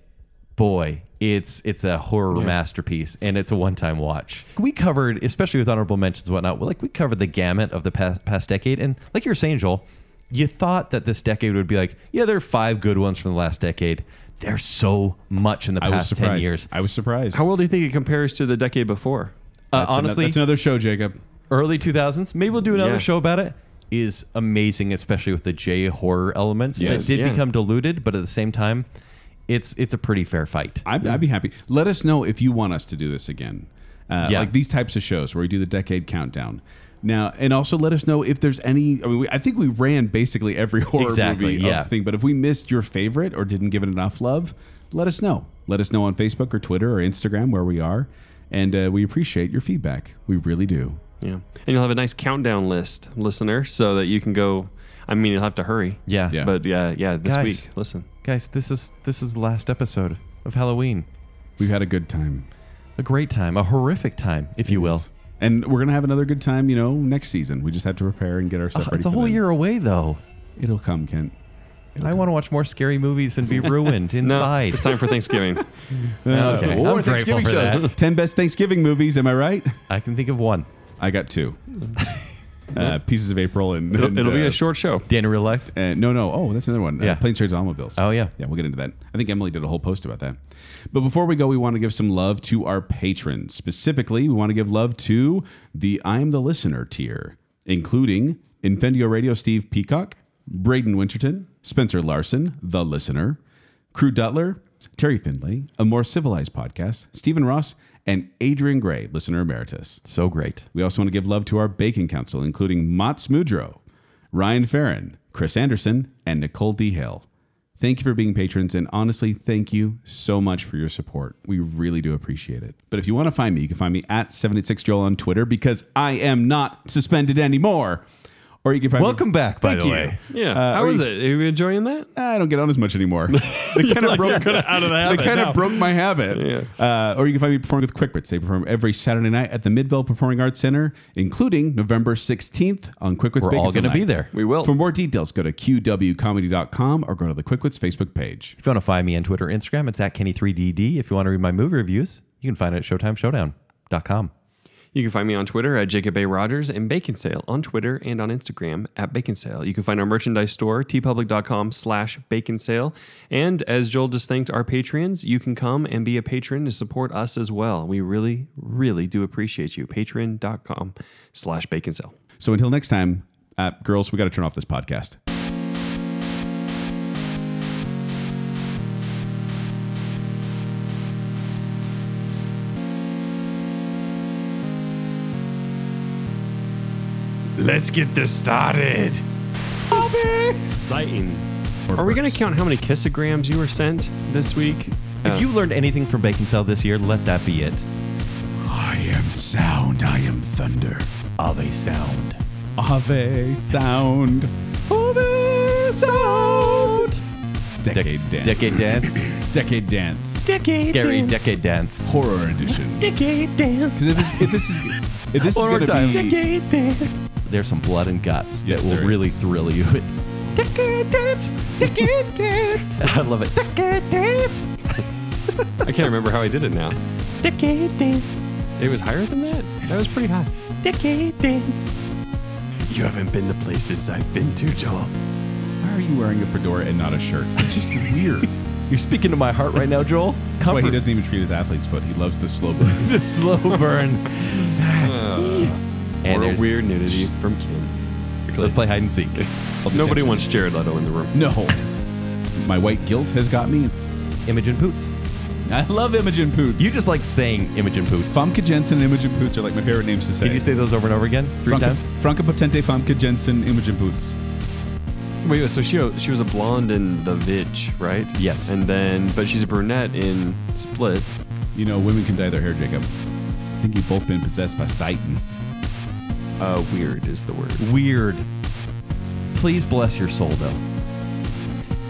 C: boy, it's it's a horror masterpiece, and it's a one time watch. We covered, especially with honorable mentions and whatnot, like we covered the gamut of the past, past decade, and like you were saying, Joel, you thought that this decade would be like, yeah, there are five good ones from the last decade. There's so much in the
B: I was
C: past
B: surprised.
C: ten years.
B: I was surprised.
D: How well do you think it compares to the decade before?
C: Uh,
B: That's ano-
C: honestly,
B: that's another show, Jacob.
C: early 2000s maybe we'll do another
D: Yeah.
C: show about it is amazing especially with the j horror elements
B: Yes.
C: that did
D: Yeah.
C: become diluted but at the same time it's it's a pretty fair fight
B: I'd, I'd be happy. Let us know if you want us to do this again. Uh,
C: Yeah.
B: Like these types of shows where we do the decade countdown. Now, and also let us know if there's any. I mean, we, I think we ran basically every *laughs* horror
C: Exactly,
B: movie
C: yeah.
B: of thing, but if we missed your favorite or didn't give it enough love, let us know. Let us know on Facebook or Twitter or Instagram where we are. And uh, we appreciate your feedback. We really do.
D: Yeah, and you'll have a nice countdown list, listener, so that you can go. I mean, you'll have to hurry.
C: yeah,
B: Yeah.
D: But yeah, yeah, this
C: Guys.
D: week. Listen,
C: guys this is this is the last episode of halloween
B: We've had a good time.
C: a great time a horrific time if you will Oh,
B: And we're going to have another good time, you know, next season. We just have to prepare and get our stuff
C: Ah,
B: ready.
C: it's a
B: for
C: whole
B: then.
C: year away though
B: It'll come, Kent.
C: i want to watch more scary movies
D: *laughs*
C: and be ruined
D: no,
C: inside
D: it's time
B: *laughs*
D: for Thanksgiving.
C: Okay, I'm
B: Or
C: grateful
B: Uh, Thanksgiving
C: for
B: show.
C: that.
B: 10 best Thanksgiving movies, am I right?
C: i can think of one
B: I got
C: *laughs*
B: two. uh, Pieces of April and.
D: It'll,
B: and,
D: it'll be
B: uh,
D: a short show.
C: dan in real life
B: and- no, no. Oh, that's another one.
C: Yeah.
B: Uh, Planes, Trades, and Automobiles.
C: oh yeah
B: Yeah, we'll get into that. I think Emily did a whole post about that. But before we go, we want to give some love to our patrons. Specifically, we want to give love to the I'm the Listener tier, including Infendio Radio Steve Peacock, Braden Winterton, Spencer Larson, The Listener, Crew Dutler, Terry Findlay, A More Civilized Podcast, Stephen Ross, and Adrian Gray, Listener Emeritus.
C: so great
B: We also want to give love to our Bacon Council, including Mats Mudro, Ryan Farron, Chris Anderson, and Nicole D. Hill. Thank you for being patrons, and honestly, thank you so much for your support. We really do appreciate it. But if you want to find me, you can find me at 786Joel on Twitter because I am not suspended anymore. Or you can find me-
C: welcome back by
B: Thank
C: the
B: you.
C: way
D: Yeah,
B: Uh,
D: how
B: or
D: was
B: you-
D: it? Are you enjoying that?
B: I don't get on as much
C: *laughs*
B: anymore. They kind of broke out of that. *laughs* They kind of broke my habit. Uh, or you can find me performing with Quick Brits. They perform every Saturday night at the Midvale Performing Arts Center, including November 16th on Quick Brits.
C: we're all
B: going to
C: gonna be there
D: We will.
B: For more details, go to qwcomedy.com or go to the Quick Wits Facebook page.
C: If you want to find me on Twitter or Instagram, it's at Kenny3DD. If you want to read my movie reviews, you can find it at ShowtimeShowdown.com.
D: You can find me on Twitter at Jacob A. Rogers and Bacon Sale on Twitter and on Instagram at Bacon Sale. You can find our merchandise store, tpublic.com slash bacon sale. And as Joel just thanked our Patreons, you can come and be a patron to support us as well. We really, really do appreciate you. Patreon.com slash bacon sale.
B: So until next time, uh, girls, we got to turn off this podcast.
D: Let's get this started. Sighting. Are we going to count how many kissograms you were sent this week?
B: Oh.
C: If you learned anything from Bacon Cell this year, let that be it.
F: I am sound. I am thunder.
C: Ave sound.
B: Ave sound. Ave sound. Decade
C: Dec-
B: dance. Decade
C: Decade dance.
B: dance.
D: *laughs* Decade
C: Scary decade dance.
F: Horror edition.
D: Decade dance.
B: 'Cause if, it's- if this is if this is
C: One more
B: gonna
C: time.
B: be
D: Decade dance.
C: There's some blood and guts
B: Yes,
C: that will
B: there
C: really
B: is.
C: thrill you. *laughs* decade dance. Decade dance. I love it. Decade dance.
D: I can't remember how I did it now. Decade dance. It was higher than that? That was pretty high. Decade dance. You haven't been to places I've been to, Joel.
B: Why are you wearing a fedora and not a shirt? It's *laughs* just weird. That's
C: You're speaking to my heart right
B: *laughs*
C: now, Joel.
B: why he
C: Comfort.
B: doesn't even treat his athlete's foot. He loves the slow *laughs* burn.
C: the *laughs* slow burn. and
D: or a
C: there's-
D: weird nudity from Kim.
C: Let's play hide and seek.
D: Nobody wants Jared Leto in the room.
B: no. My white guilt has got me.
C: Imogen Poots.
B: I love Imogen Poots.
C: You just like saying Imogen Poots.
B: Famke Jensen and Imogen Poots are like my favorite names to say.
C: Can you say those over and over again? Three
B: Franca,
C: times?
B: Franca Potente, Famke Jensen, Imogen Poots.
D: Wait, so she she was a blonde in The Vidge, right?
C: Yes.
D: And then, but she's a brunette in Split.
B: You know, women can dye their hair, Jacob. I think you've both been possessed by Satan.
D: Uh, weird is the word.
C: Weird. Please bless your soul, though.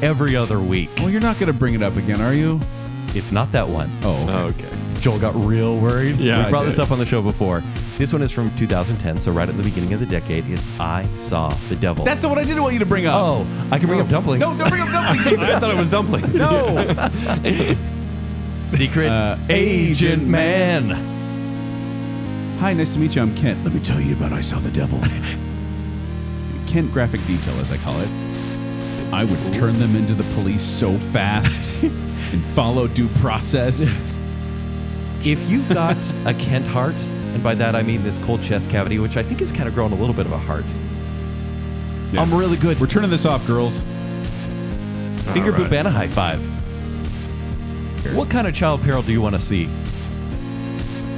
C: Every other week.
B: Well, you're not going to bring it up again, are you?
C: It's not that one.
B: Oh,
F: Uh,
B: okay.
D: Okay.
C: Joel got real worried.
D: Yeah,
C: we
D: I
C: brought this
D: did.
C: up on the show before. This one is from 2010, so right at the beginning of the decade. It's I Saw the Devil.
B: That's the one I didn't want you to bring up.
C: Oh, I can bring up dumplings.
B: No, don't bring up dumplings.
F: *laughs*
C: *laughs*
D: I thought it was dumplings.
B: no.
C: Secret
B: Uh,
C: Agent Man.
B: Hi, nice to meet you. I'm Kent.
F: Let me tell you about I saw the devil.
B: *laughs* Kent graphic detail, as I call it. I would turn them into the police so
F: *laughs*
B: fast and follow due process.
C: If you've got a Kent heart, and by that I mean this cold chest cavity, which I think is kind of growing a little bit of a heart.
B: Yeah.
C: I'm really good.
B: We're turning this off, girls.
C: Finger boot and a high five. What kind of child peril do you want to see?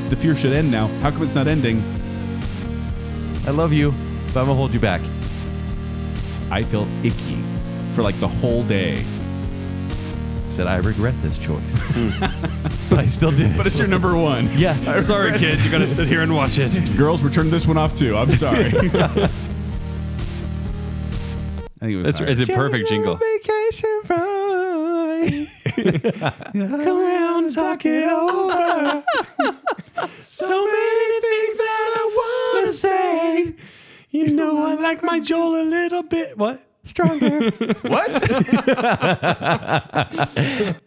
B: The fear should end now. How come it's not ending?
C: I love you, but I'm gonna hold you back.
B: I felt icky for like the whole day.
C: Said I regret this choice, *laughs* but I still did. it.
B: Hmm. But it's your number one. *laughs*
C: yeah.
D: Sorry, kid. You gotta sit here and watch it.
B: Girls, we're turning this one off too. I'm sorry. *laughs* I think it was
D: That's
B: higher.
D: it's a perfect jingle.
C: Vacation *laughs* ride. Come around, talk it over. so many things that I wanna say. You know I like my Joel a little bit. What? Stronger.
B: what?